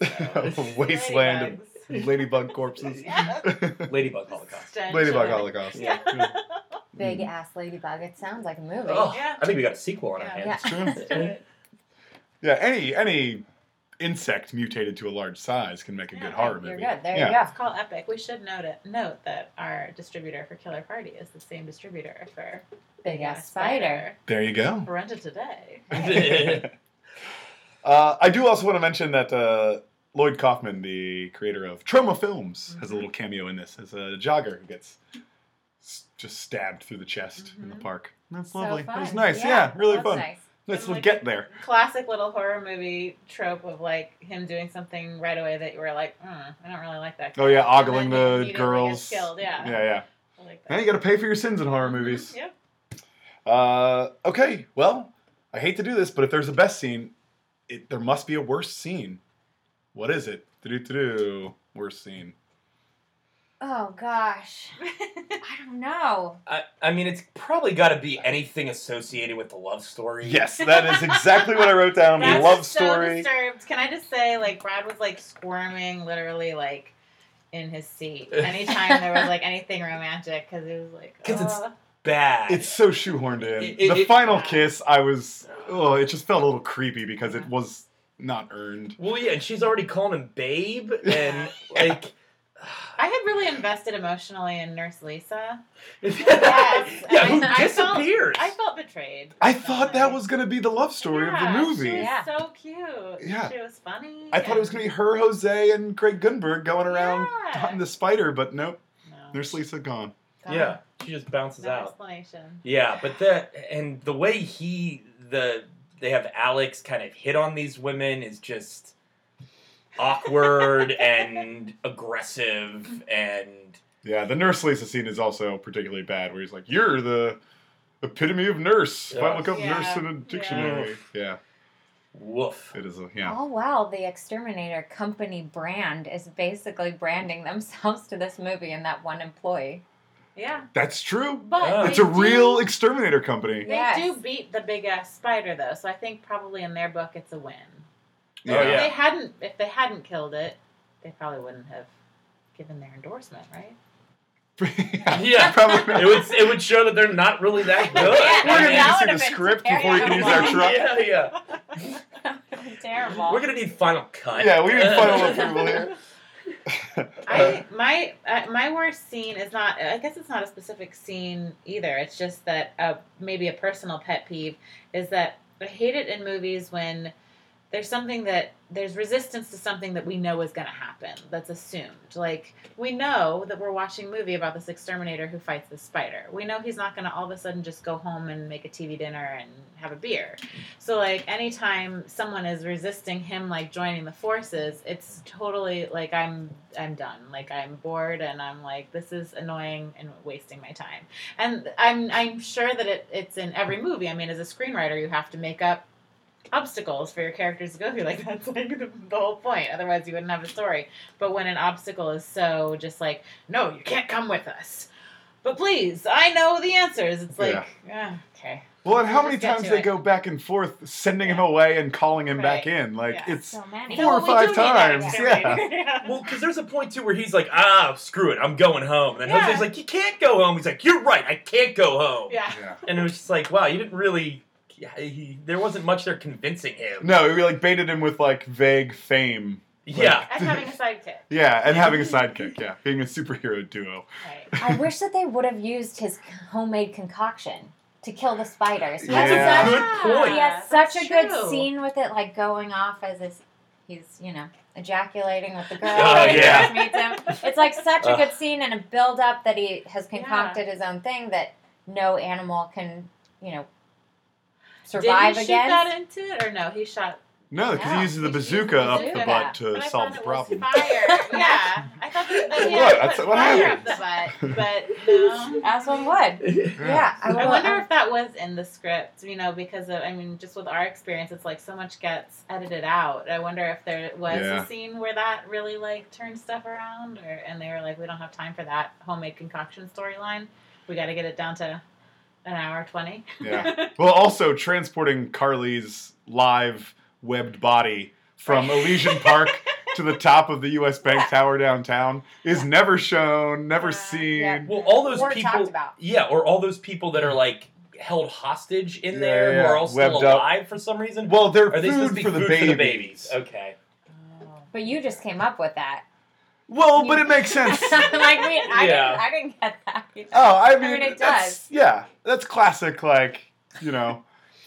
wasteland of
Ladybugs.
ladybug corpses.
Yeah.
Ladybug Holocaust.
Ladybug Holocaust. Hmm.
Yeah.
Mm.
Big ass ladybug. It sounds like a movie.
Oh,
Yeah.
I think we got a sequel on our
Yeah.
hands.
Yeah, any any insect mutated to a large size can make a good
Yeah,
horror
You're
movie.
good. There
yeah.
you go.
It's called Epic. We should note it, note that our distributor for Killer Party is the same distributor for
Big ass spider.
There you go.
Brenda today.
uh, I do also want to mention that uh, Lloyd Kaufman, the creator of Trauma Films, has a little cameo in this as a jogger who gets s- just stabbed through the chest in the park. Mm-hmm. That's
So
lovely. That was
fun.
nice. Yeah, really
that's
fun.
Nice.
Let's
And, like,
get there.
Classic little horror movie trope of like him doing something right away that you were like, mm, I don't really like that.
Oh yeah,
And
ogling
then he
the
immediately
girls.
gets Killed. Yeah. Mm-hmm.
yeah, yeah.
I like that.
Now you got to pay for your sins in horror movies.
Yep.
Uh, okay, well, I hate to do this, but if there's a best scene, it, there must be a worst scene. What is it? Do-do-do-do. Worst scene.
Oh gosh. I don't know.
I, I mean, it's probably got to be anything associated with the love story.
Yes, that is exactly what I wrote down.
That's
Love
so
story.
disturbed. Can I just say, like, Brad was like squirming, literally, like in his seat anytime there was like anything romantic because it was like,
'Cause it's-
oh.
Bad.
It's so shoehorned in.
It- it-
the
it-
final kiss, I was, oh, it just felt a little creepy because it was not earned.
well, yeah, and she's already calling him babe, and like,
I had really invested emotionally in Nurse Lisa.
yeah, who
and I- I felt-
disappears?
I felt betrayed.
I thought that was going to be the love story
Yeah,
of the movie.
She was
Yeah.
so cute.
Yeah.
She was funny.
I thought it was going to be her, Jose, and Craig Gunberg going around
Yeah.
hunting the spider, but nope.
be. No.
Nurse Lisa gone.
God.
yeah, she just bounces
No
out.
explanation.
Yeah, but that and the way he the they have Alex kind of hit on these women is just awkward and aggressive and
Yeah, the nurse Lisa scene is also particularly bad, where he's like, "You're the epitome of nurse." If I
Yeah.
look up
Yeah.
nurse in a dictionary, yeah,
woof.
it is. A, yeah,
Oh wow, the Exterminator company brand is basically branding themselves to this movie and that one employee.
Yeah.
that's true.
But
Oh.
they
It's a
do-
real exterminator company.
They
Yes.
do beat the big ass spider though, so I think probably in their book it's a win.
Oh,
yeah.
If
yeah.
they hadn't, if they hadn't killed it, they probably wouldn't have given their endorsement, right?
Yeah.
probably.
It would it would show that they're not really that good.
We're gonna
that
need to see the script
would've been
before we can use our truck. Yeah,
Yeah, yeah.
Terrible.
We're gonna need final cut.
we need final approval here.
I think my uh, my worst scene is not. I guess it's not a specific scene either. It's just that uh, maybe a personal pet peeve is that I hate it in movies when there's something that there's resistance to something that we know is going to happen. That's assumed. Like we know that we're watching a movie about this exterminator who fights the spider. We know he's not going to all of a sudden just go home and make a TV dinner and have a beer. So like anytime someone is resisting him like joining the forces, it's totally like I'm I'm done. Like I'm bored and I'm like this is annoying and wasting my time. And I'm I'm sure that it, it's in every movie. I mean, as a screenwriter, you have to make up obstacles for your characters to go through. Like that's like the, the whole point. Otherwise, you wouldn't have a story. But when an obstacle is so just like no, you can't come with us. But please, I know the answers. It's like ah, okay.
Well, and how
We'll
many
just get
times
to
they
it.
go back and forth, sending him
Yeah.
away and calling him back
Right.
in? Like
Yeah.
it's
So many.
Four or
we
five
do need that
times,
exterminator.
Well, because there's a point too where he's like, ah, screw it, I'm going home. And then
Yeah.
Jose's like, you can't go home. He's like, you're right, I can't go home.
yeah.
yeah.
And it was just like, wow, you didn't really. yeah, He, there wasn't much there convincing him.
No, we like baited him with like vague fame.
Yeah.
And having a sidekick.
Yeah, and having a sidekick. Yeah, being a superhero duo.
Right.
I wish that they would have used his homemade concoction to kill the spiders. He
That's a Yeah.
has
good
such,
point.
he has
That's
such a
true.
good scene with it, like going off as his, he's you know ejaculating with the girl.
Oh,
and he
yeah.
just meets him. It's like such a
Ugh.
good scene and a build up that he has concocted his own thing that no animal can you know survive
Did he
against.
shoot that into it or no? He shot.
No, because
Yeah,
he uses the
he uses the
bazooka up the
bazooka.
butt to
but I
solve
thought
the
it
problem.
Was fire. yeah. I thought that, that he
Look,
had to
that's
put
what
fire
happens.
up the butt, but no.
As one would. Yeah, I,
I
will-
wonder if that was in the script, you know, because of I mean, just with our experience, it's like so much gets edited out. I wonder if there was
Yeah.
a scene where that really like turned stuff around, or and they were like, we don't have time for that homemade concoction storyline. We got to get it down to an hour twenty.
Yeah. Well, also transporting Carly's live webbed body from Elysian Park to the top of the U.S. Bank Tower downtown is never shown, never
Uh,
seen.
yeah.
Well, all those
Or
people.
talked about.
Yeah, or all those people that are like held hostage in
Yeah,
there who
yeah,
are all still
webbed up.
alive for some reason.
Well, they're
are they supposed
food
to be
for the
food
babies.
for the babies? Okay.
But you just came up with that.
Well, but it makes sense.
like we, I,
Yeah.
didn't, I didn't get that.
Oh, I mean,
mean, it
that's-
does.
Yeah, that's classic, like you know,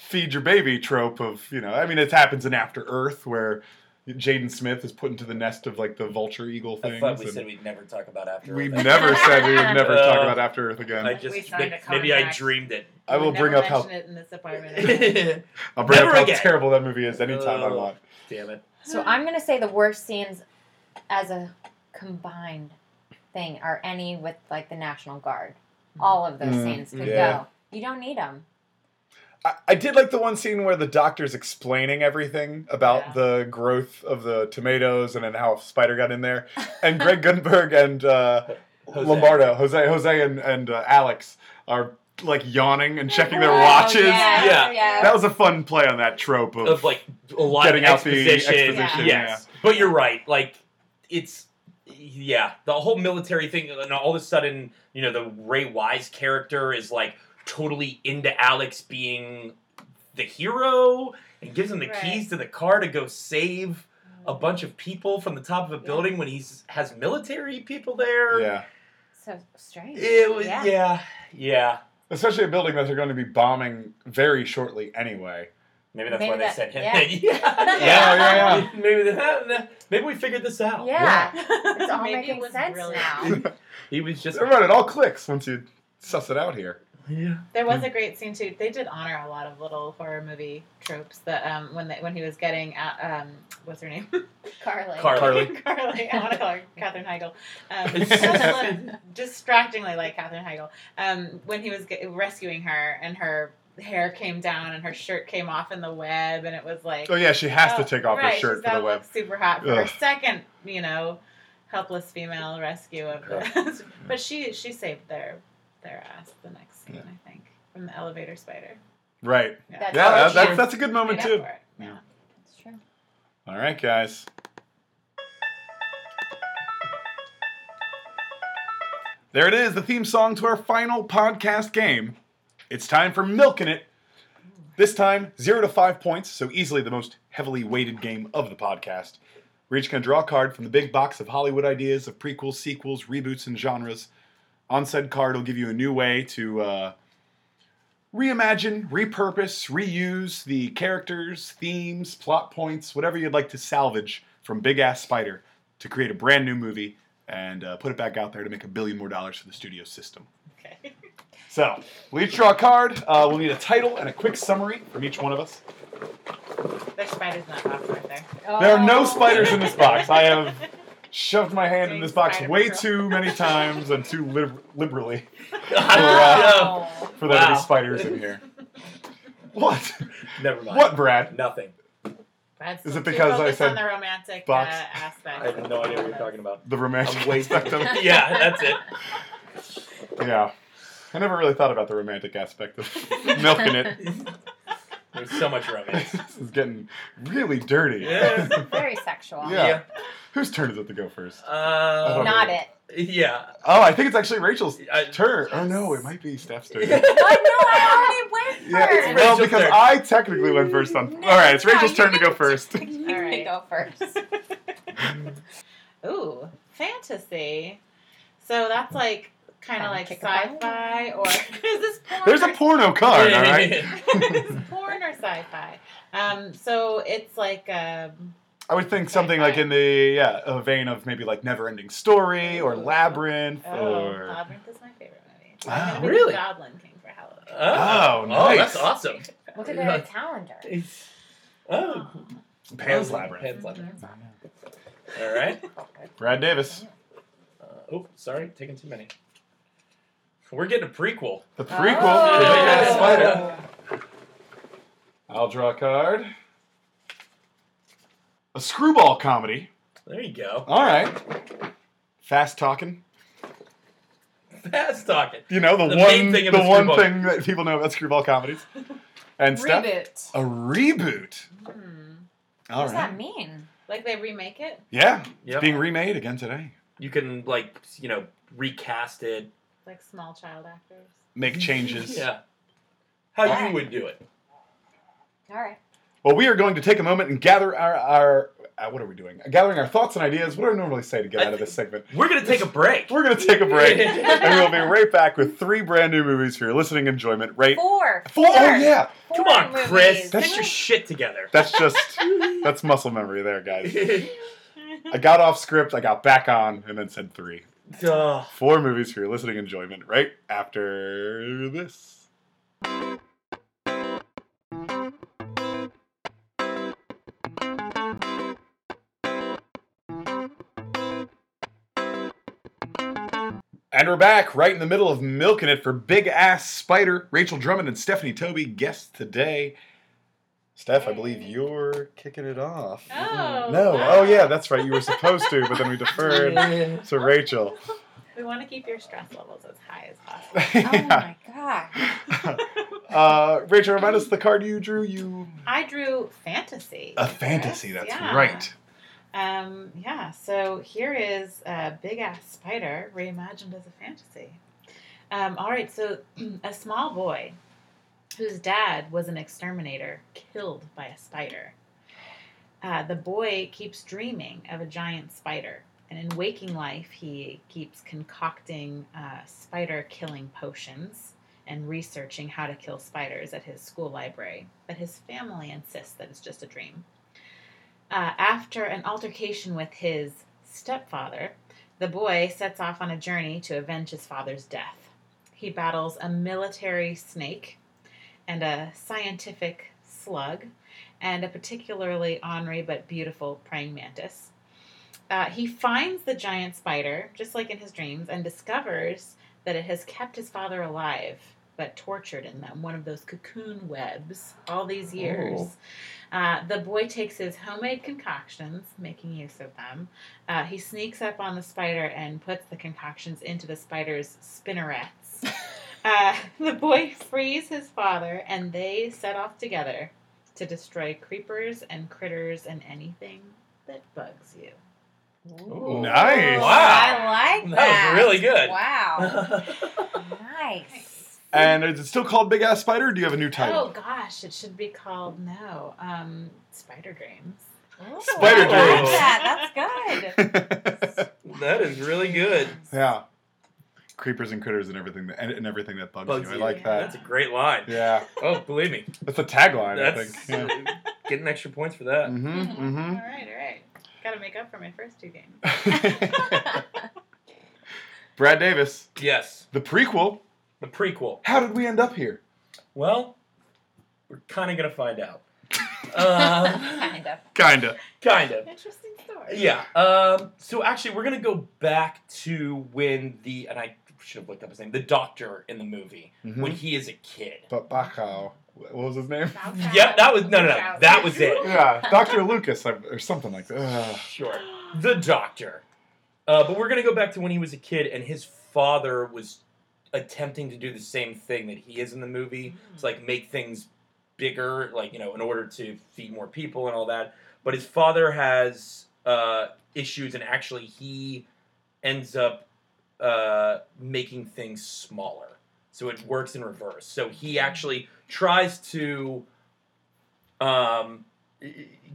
feed your baby trope of you know. I mean, it happens in After Earth where Jaden Smith is put into the nest of like the vulture eagle
I
things.
thought we
and
said we'd never talk about after.
we
Earth.
never said we would never talk
Uh,
about After Earth again.
I
I,
just
We signed
may-
a
maybe I
contract.
dreamed it.
will
We
bring
never
up how
mention it in this apartment again.
Damn
I'll bring up
Never
how
again.
terrible that movie is anytime I
Ugh.
want.
it.
So I'm gonna say the worst scenes as a combined thing are any with like the National Guard. All of those
Mm,
scenes could
yeah.
go. You don't need them.
I, I did like the one scene where the doctor's explaining everything about
Yeah.
the growth of the tomatoes and then how a spider got in there, and Greg Gunberg and uh,
Jose.
Lombardo, Jose, Jose, and and uh, Alex are like yawning and checking their
Oh,
watches.
Yeah,
Yeah.
yeah.
That was a fun play on that trope of,
Of like a lot
Getting
of
out the
exposition.
exposition,
Yes, but you're right. Like it's yeah, the whole military thing, and all of a sudden, you know, the Ray Wise character is like totally into Alex being the hero and gives him the
Right. Mm-hmm.
keys to the car to go save a bunch of people from the top of a building when he's has military people there.
yeah,
so strange.
It was,
yeah.
yeah, yeah.
especially a building that they're going to be bombing very shortly anyway.
Maybe that's
Maybe
why
that-
they sent him.
yeah.
in. yeah.
Yeah, yeah, yeah.
Maybe that. Maybe we figured this out.
Yeah.
it's
It's all
Maybe it
making
was
sense
really-
now.
He was just.
Right, it all clicks once you suss it out here.
Yeah.
There was a great scene too. They did honor a lot of little horror movie tropes. That um, when they, when he was getting out, um, what's her name?
Carly.
Carly.
Carly. I want to call her Catherine Heigl. Um, such a- distractingly like Catherine Heigl. Um, when he was get, rescuing her and her hair came down and her shirt came off in the web and it was like
Oh yeah, she has
oh,
to take off
right,
her shirt
she's
for the
gotta
web.
look super hot for her
Ugh.
second, you know, helpless female rescue of this. but she she saved their their ass the next scene, I think, from the elevator spider.
Right.
That's
Yeah,
all
that,
she
that's
is.
that's a good moment
Made up
too.
for it, Yeah.
That's true.
All right, guys. There it is, the theme song to our final podcast game. It's time for Milking It. This time, zero to five points, so easily the most heavily weighted game of the podcast. We're each going to draw a card from the big box of Hollywood ideas of prequels, sequels, reboots, and genres. On said card, will give you a new way to uh, reimagine, repurpose, reuse the characters, themes, plot points, whatever you'd like to salvage from Big Ass Spider to create a brand new movie and uh, put it back out there to make a billion more dollars for the studio system.
Okay.
So, we'll each draw a card. Uh, we'll need a title and a quick summary from each one of us.
Their spider's not off right there.
There are no
Oh.
spiders in this box. I have shoved my hand in this box
Spider
way
Patrol.
too many times and too lib- liberally
No.
Oh.
for there to
Wow.
be spiders in here. What?
Never mind.
What, Brad?
Nothing.
Brad's
Is
still
it
too
because I
focused
said
on the romantic
box?
Uh, aspect?
I have no idea what you're talking about.
The romantic
I'm wasting.
aspect of it.
yeah, that's it.
Yeah. I never really thought about the romantic aspect of milking it.
There's so much romance.
This is getting really dirty.
Yeah.
Very sexual.
Yeah. Whose turn is it to go first?
Um,
Not it.
yeah.
Oh, I think it's actually Rachel's
I-
turn. Oh no, it might be Steph's turn.
I know. I already went
Yeah,
first.
it's well
Rachel's
because
turn.
I technically went first on.
No,
All right, it's
no,
Rachel's
you
turn to go
didn't.
first.
You
All right.
go first.
Ooh, fantasy. So that's like kind of
Um,
like
kick a ball.
sci-fi or is this porn?
There's a
or-
porno card. All right.
is porn or sci-fi? Um, so it's like um,
I would think something like in the yeah a vein of maybe like Never Ending Story or Labyrinth
oh,
or.
Labyrinth is my favorite movie. So
Wow,
I'm gonna be
really?
The Goblin King for Halloween.
Oh,
Oh,
oh,
nice.
that's awesome.
Look at the calendar.
Oh,
Pan's Labyrinth.
Pan's Labyrinth. All right.
Brad Davis,
Uh, oh, sorry, taking too many. We're getting a prequel.
the prequel.
Oh.
to Big Ass
Oh.
Spider. I'll draw a card. A screwball comedy.
There you go.
All right. Fast talking.
Fast talking.
You know the,
The main
one
thing
the
of a
one
screwball.
thing that people know about screwball comedies. And stuff.
Reboot.
A reboot.
Hmm.
All
What does
right.
that mean?
Like they remake it?
Yeah, it's
Yep.
being remade again today.
You can like you know recast it.
Like small child actors.
Make changes.
Yeah. How
Yeah.
you would do it?
All right.
Well, we are going to take a moment and gather our our uh, what are we doing? Gathering our thoughts and ideas. What do I normally say to get
I
out of
think-
this segment?
We're gonna take a break.
We're going to take a break, and we'll be right back with three brand new movies for your listening enjoyment. Right?
Four.
Four. Oh yeah,
Come
four
on, Chris.
movies.
That's
Get your shit together.
that's just that's muscle memory there, guys. I got off script, I got back on, and then said three.
Duh.
Four movies for your listening enjoyment right after this. And we're back right in the middle of milking it for Big Ass Spider. Rachel Drummond and Stephanie Toby guests today. Steph, I believe you're kicking it off.
Oh.
Mm-hmm. No.
wow.
Oh, yeah, that's right. You were supposed to, but then we deferred to Rachel.
We want to keep your stress levels as high as possible.
Oh
Yeah.
my god.
Uh, Rachel, remind us the card you drew. You
I drew fantasy.
a
Chris.
fantasy. That's
Yeah.
right.
Um, yeah, so here is a big ass spider reimagined as a fantasy. Um, all right, so a small boy whose dad was an exterminator killed by a spider. Uh, the boy keeps dreaming of a giant spider, and in waking life, he keeps concocting uh, spider killing potions and researching how to kill spiders at his school library. But his family insists that it's just a dream uh, after an altercation with his stepfather, the boy sets off on a journey to avenge his father's death. He battles a military snake and a scientific slug and a particularly ornery but beautiful praying mantis. Uh, he finds the giant spider, just like in his dreams, and discovers that it has kept his father alive but tortured in them, one of those cocoon webs, all these years.
Oh.
Uh, the boy takes his homemade concoctions, making use of them. Uh, he sneaks up on the spider and puts the concoctions into the spider's spinnerets. uh, the boy frees his father, and they set off together to destroy creepers and critters and anything that bugs you.
Ooh.
Nice.
I like
That
that.
was really good.
Wow.
Nice.
nice.
And is it still called Big Ass Spider? Or do you have a new
Oh
title?
gosh, it should be called no, um, spider dreams.
Ooh,
Spider
I like
dreams.
that. That's good.
that is really good.
yeah. Creepers and critters and everything that and, and everything that bugs,
Bugs
you. I
you.
like
That's
that.
a great line.
Yeah,
Oh, believe me,
that's the tagline. I
that's
think. Yeah.
getting extra points for that.
Mm-hmm.
All
Mm-hmm.
right, all right. Got to make up for my first two games.
mm-hmm. Brad Davis,
Yes,
the prequel.
the prequel.
How did we end up here?
Well, we're kind of gonna find out. Um,
kind of.
Kinda.
kind of.
Interesting story.
Yeah. Um, so actually, we're gonna go back to when the and I should have looked up his name. The doctor in the movie
Mhm.
when he is a kid.
But Bacchao, what was his name?
Yep, that was no, no, no. That was it.
Yeah, Doctor Lucas I- or something like that. Ugh.
Sure. The doctor. Uh, but we're going to go back to when he was a kid and his father was attempting to do the same thing that he is in the movie. It's like make things bigger, like, you know, in order to feed more people and all that. But his father has uh, issues and actually he ends up uh, making things smaller. So it works in reverse. So he actually tries to. Um,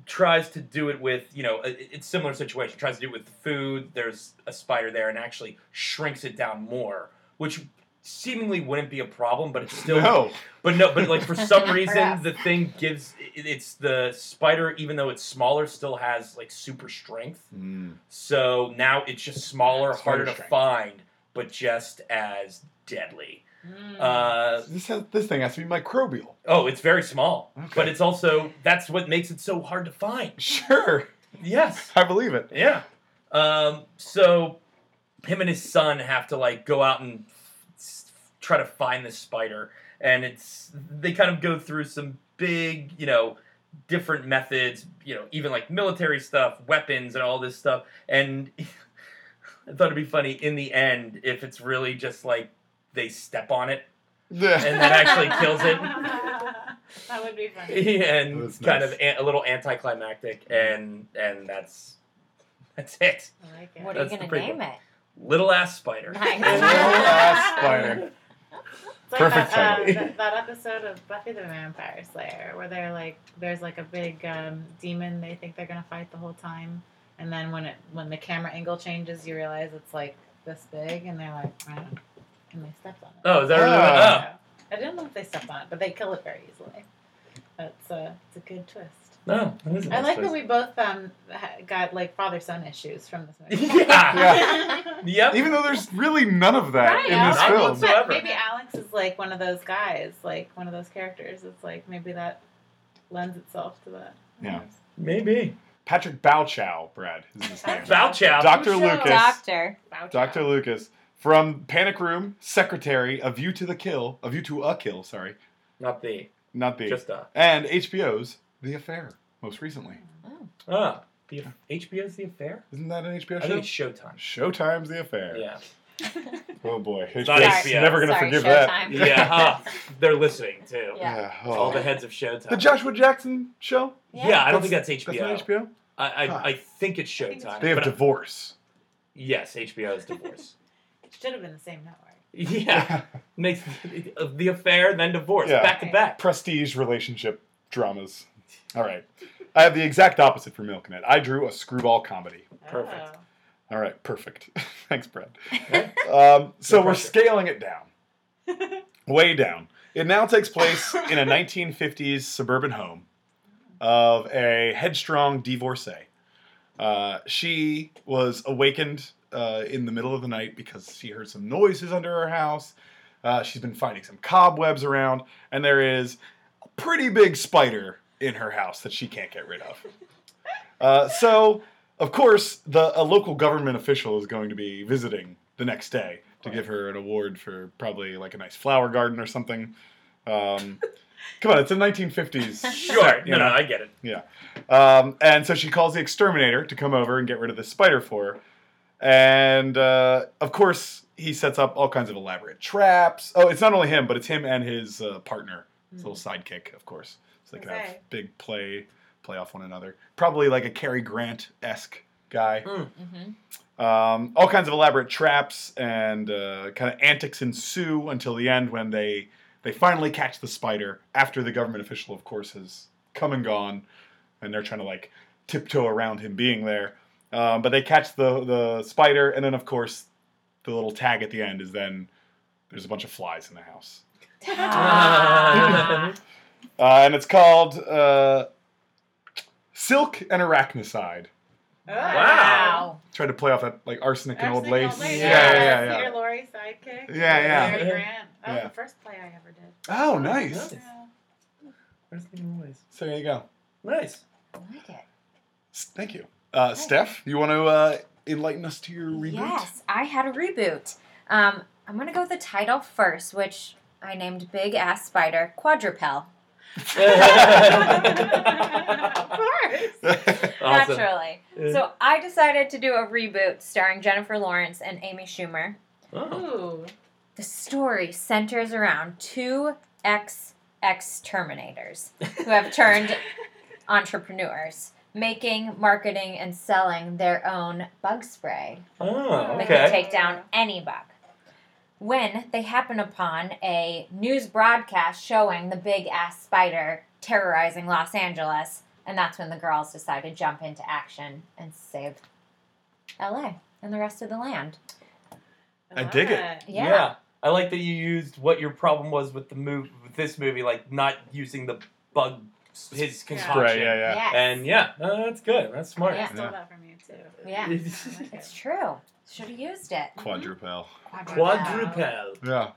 tries to do it with you know it- it's similar situation tries to do it with food there's a spider there and actually shrinks it down more which seemingly wouldn't be a problem but it's still
No.
but no but like for some reason
Perhaps.
the thing gives it- it's the spider even though it's smaller still has like super strength
Mm.
so now it's just smaller
Spider
harder to
strength.
find but just as deadly
Mm.
uh,
This has, this thing has to be microbial.
oh it's very small but
Okay.
it's also that's what makes it so hard to find
Sure,
yes
I believe it.
Yeah. Um, so him and his son have to like go out and s- try to find this spider, and it's they kind of go through some big, you know, different methods, you know, even like military stuff, weapons, and all this stuff. And I thought it'd be funny in the end if it's really just like they step on it and that actually kills it.
That would be funny.
and
That's
kind
nice.
of an, a little anticlimactic, and and that's that's it.
I like it.
What are you
That's the
gonna
prequel.
name it?
Little ass spider.
Nice.
Little ass spider.
It's like
Perfect
that,
title.
uh, that, that episode of Buffy the Vampire Slayer where they're like, there's like a big um, demon they think they're gonna fight the whole time, and then when it when the camera angle changes, you realize it's like this big, and they're like, I don't know. and they stepped on it.
Oh, is that really?
Ah.
Oh,
So, I don't know if they stepped on it, but they kill it very easily. That's uh, it's a good twist.
no, that is a
I
nice
like
choice.
that we both um, ha- got like father son issues from this movie.
Yeah. Yep.
Even though there's really none of that
Right,
in this
Not
film.
whatsoever.
But maybe Alex is like one of those guys, like one of those characters. It's like maybe that lends itself to that.
Yeah.
Maybe.
Patrick Bowchow, Brad is his name.
Valchow.
Dr.
Bouchow.
Lucas.
Doctor.
Wow,
Dr.
wow.
Lucas from Panic Room, Secretary, A View to the Kill, A View to a Kill, sorry,
Not the.
not the,
Just uh, a.
and HBO's The Affair, most recently.
Ah. The, HBO's The Affair?
Isn't that an HBO
I think it's
show?
Showtime.
Showtime's The Affair.
Yeah.
Oh boy, HBO's
not HBO.
never gonna
Sorry,
forgive that.
Showtime.
Yeah. huh. They're listening too.
Yeah.
oh.
All the heads of Showtime.
The Joshua Jackson show.
yeah, I don't think that's HBO.
That's not HBO.
I, I,
Huh.
I think it's Showtime.
They have
but-
divorce.
yes, HBO is divorce.
It should have been the same network.
yeah. Makes the affair, then divorce,
Yeah.
back to back.
prestige relationship dramas. All right. I have the exact opposite for Milknet. I drew a screwball comedy.
Oh.
Perfect.
All right, perfect. Thanks, Brad. Um, so
No
we're
pressure.
scaling it down, way down. It now takes place in a 1950s suburban home of a headstrong divorcee. Uh, she was awakened uh, in the middle of the night because she heard some noises under her house. Uh, she's been finding some cobwebs around, and there is a pretty big spider in her house that she can't get rid of. Uh, so, of course, the a local government official is going to be visiting the next day to give her an award for probably like a nice flower garden or something. Um, come on, it's a 1950s.
Sure.
you
No, no,
know.
I get it.
Yeah. Um, and so she calls the exterminator to come over and get rid of the spider for her. And uh, of course, he sets up all kinds of elaborate traps. Oh, it's not only him, but it's him and his uh, partner, his little sidekick, of course. So they can have
Okay.
big play, play off one another. Probably like a Cary Grant esque guy.
Mm-hmm.
Um, all kinds of elaborate traps and uh, kind of antics ensue until the end when they they finally catch the spider after the government official, of course, has come and gone, and they're trying to like tiptoe around him being there. Um, but they catch the the spider, and then of course the little tag at the end is then there's a bunch of flies in the house,
Ah.
uh, and it's called uh, Silk and Arachnicide.
Oh.
Wow.
Tried to play off that like arsenic and old
Arsenic
lace.
Old Lace,
Yeah, yeah, yeah.
Peter Lorre sidekick.
Yeah, yeah.
Cary Grant. That was
Yeah.
the first play I ever did.
Oh, nice.
Nice. Where's the noise?
So there you go.
Nice.
I like it.
S- Thank you, uh, Steph. You want to uh, enlighten us to your reboot?
Yes, I had a reboot. Um, I'm gonna go with the title first, which I named Big Ass Spider Quadrupel.
of course.
Awesome.
Naturally.
Uh.
So I decided to do a reboot starring Jennifer Lawrence and Amy Schumer.
Oh.
Ooh.
The story centers around two ex ex terminators who have turned entrepreneurs, making, marketing, and selling their own bug spray
Oh,
that can
okay.
take down any bug. When they happen upon a news broadcast showing the big ass spider terrorizing Los Angeles, and that's when the girls decide to jump into action and save LA and the rest of the land.
I dig it.
Alright.
Yeah.
I like that you used what your problem was with the move with this movie, like not using the bug his concoction.
Right. Yeah. Yeah.
Yes.
And yeah, no, that's good. That's smart.
I
Yeah.
stole that from you too.
Yeah. It's true. Should have used it.
Quadrupel.
Quadrupel.
Yeah.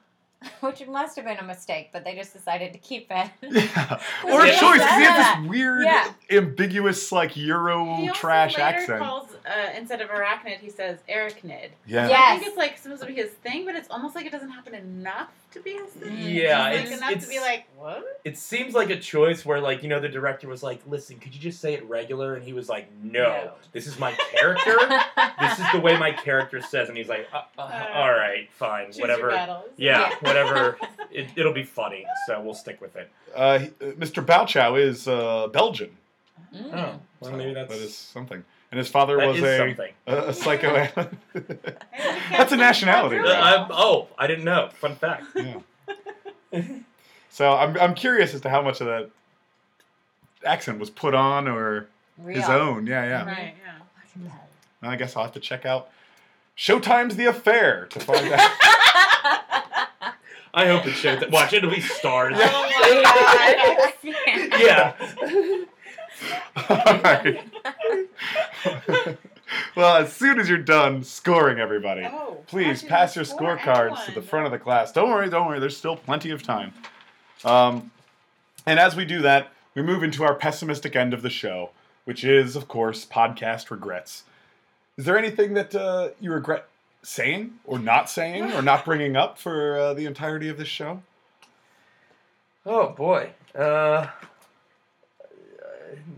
Which must have been a mistake, but they just decided to keep it.
Yeah.
Was
Or a
it
choice. 'cause They
Rosetta?
have this weird,
Yeah.
ambiguous, like
He
Euro
also
trash
later
accent.
calls uh, instead of arachnid, he says arachnid.
yeah.
Yeah.
I
Yes.
think it's like supposed to be his thing, but it's almost like it doesn't happen enough to be his thing.
Yeah,
It's,
it's-
like enough
it's-
to be like, What?
It seems like a choice where, like, you know, the director was like, listen, could you just say it regular? And he was like, no,
No.
this is my character. this is the way my character says. And he's like, uh, uh, all right, fine,
Choose
whatever.
Your battles.
Yeah,
Yeah.
whatever. It, it'll be funny, so we'll stick with it.
Uh, he- uh, Mr. Bauchow is uh, Belgian.
Mm. Hmm.
Oh, well,
so
maybe that's
that is something. And his father
that
was
is
a
something.
a, a psychoanalyst.
That's
That's a nationality,
Uh,
really.
I'm- oh, I didn't know. Fun fact.
yeah. So I'm I'm curious as to how much of that accent was put on or his own. Yeah, yeah.
Right, yeah.
Well, I guess I'll have to check out Showtime's The Affair to find out.
I hope it shows that. Watch, it'll be stars.
Oh
Yeah.
yeah.
All right. well, as soon as you're done scoring everybody,
Oh,
please
actually,
pass your
there's four
scorecards to the
everyone.
front of the class. Don't worry, don't worry. There's still plenty of time. Um, and as we do that, we move into our pessimistic end of the show, which is, of course, podcast regrets. Is there anything that uh, you regret saying, or not saying, or not bringing up for uh, the entirety of this show?
Oh boy. Uh, uh,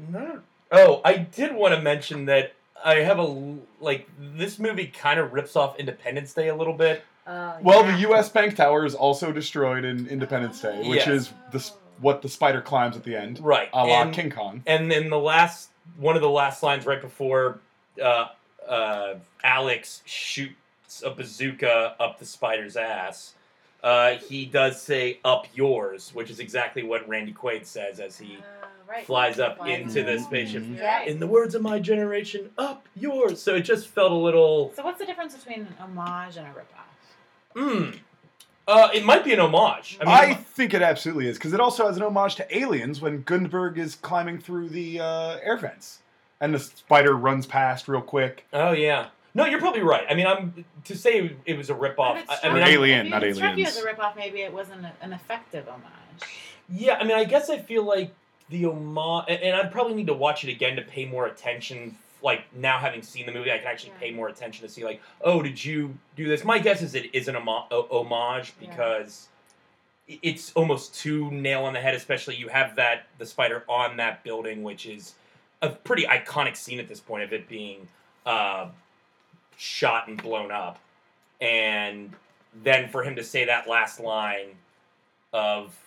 not. Oh, I did want to mention that I have a l- like this movie kind of rips off Independence Day a little bit.
Oh,
Well,
yeah.
the U.S. Bank Tower is also destroyed in Independence Day, which
Yes.
is the, s- what the spider climbs at the end,
Right.
a la
and,
King Kong.
and then the last one of the last lines right before uh, uh, Alex shoots a bazooka up the spider's ass. Uh, he does say "up yours," which is exactly what Randy Quaid says as he
Ah, right.
flies up
Flies
into
up.
Mm-hmm.
the spaceship.
You're
Yeah.
right.
In the words of my generation, up yours. So it just felt a little.
So what's the difference between an homage and a ripoff?
Mm. Uh, it might be an homage. I
I,
mean,
think it absolutely is because it also has an homage to Aliens when Gutenberg is climbing through the uh, air vents and the spider runs past real quick.
oh yeah. No, you're probably right. I mean, I'm to say it was a ripoff.
If
I,
it
I
struck-
mean,
Or
I'm-
alien,
if it
not
struck you as a
aliens.
ripoff, maybe it wasn't a- an effective homage.
yeah. I mean, I guess I feel like the homage, and, and I'd probably need to watch it again to pay more attention. Like now, having seen the movie, I can actually pay more attention to see, like, oh, did you do this? My guess is it is an homo- o- homage
Yeah.
because i- it's almost too nail on the head. Especially you have that the spider on that building, which is a pretty iconic scene at this point of it being uh, shot and blown up, and then for him to say that last line of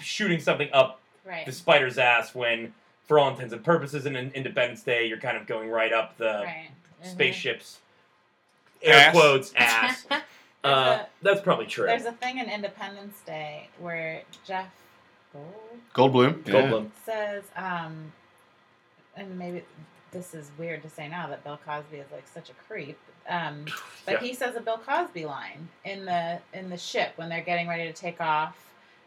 shooting something up
Right.
the spider's ass when, for all intents and purposes, in Independence Day, you're kind of going right up the
uh,
right.
spaceship's air
Ass.
quotes ass. uh,
There's a-
that's probably true.
There's a thing in Independence Day where Jeff Gold
Goldblum.
Goldblum.
says, um, and maybe this is weird to say now that Bill Cosby is like such a creep, um, but
Yeah.
he says a Bill Cosby line in the in the ship when they're getting ready to take off,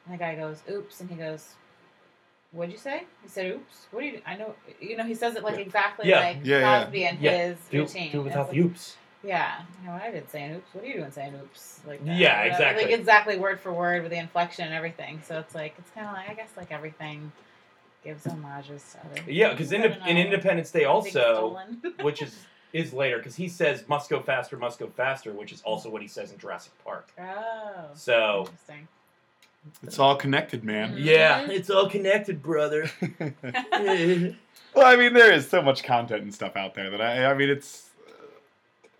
and the guy goes, "Oops," and he goes, "What'd you say?" He said, "Oops." What do you? I know. You know. He says it like exactly
Yeah.
like
Yeah, yeah.
Cosby and
Yeah.
his
Do,
routine.
do
And
without
it's
the oops.
like, Yeah. You know what I did saying oops. What are you doing saying oops? Like that.
Yeah,
Whatever.
exactly.
Like exactly word for word with the inflection and everything. So it's like it's kind of like I guess like everything gives homages to other.
Yeah, because in,
I don't
in
know.
Independence Day
Something
also,
stolen.
which is is later, because he says must go faster, must go faster, which is also what he says in Jurassic Park.
oh.
So
Interesting.
It's all connected,
Mm-hmm.
man.
Mm-hmm.
yeah, it's all connected, brother.
Well, I mean, there is so much content and stuff out there that I, I mean, it's,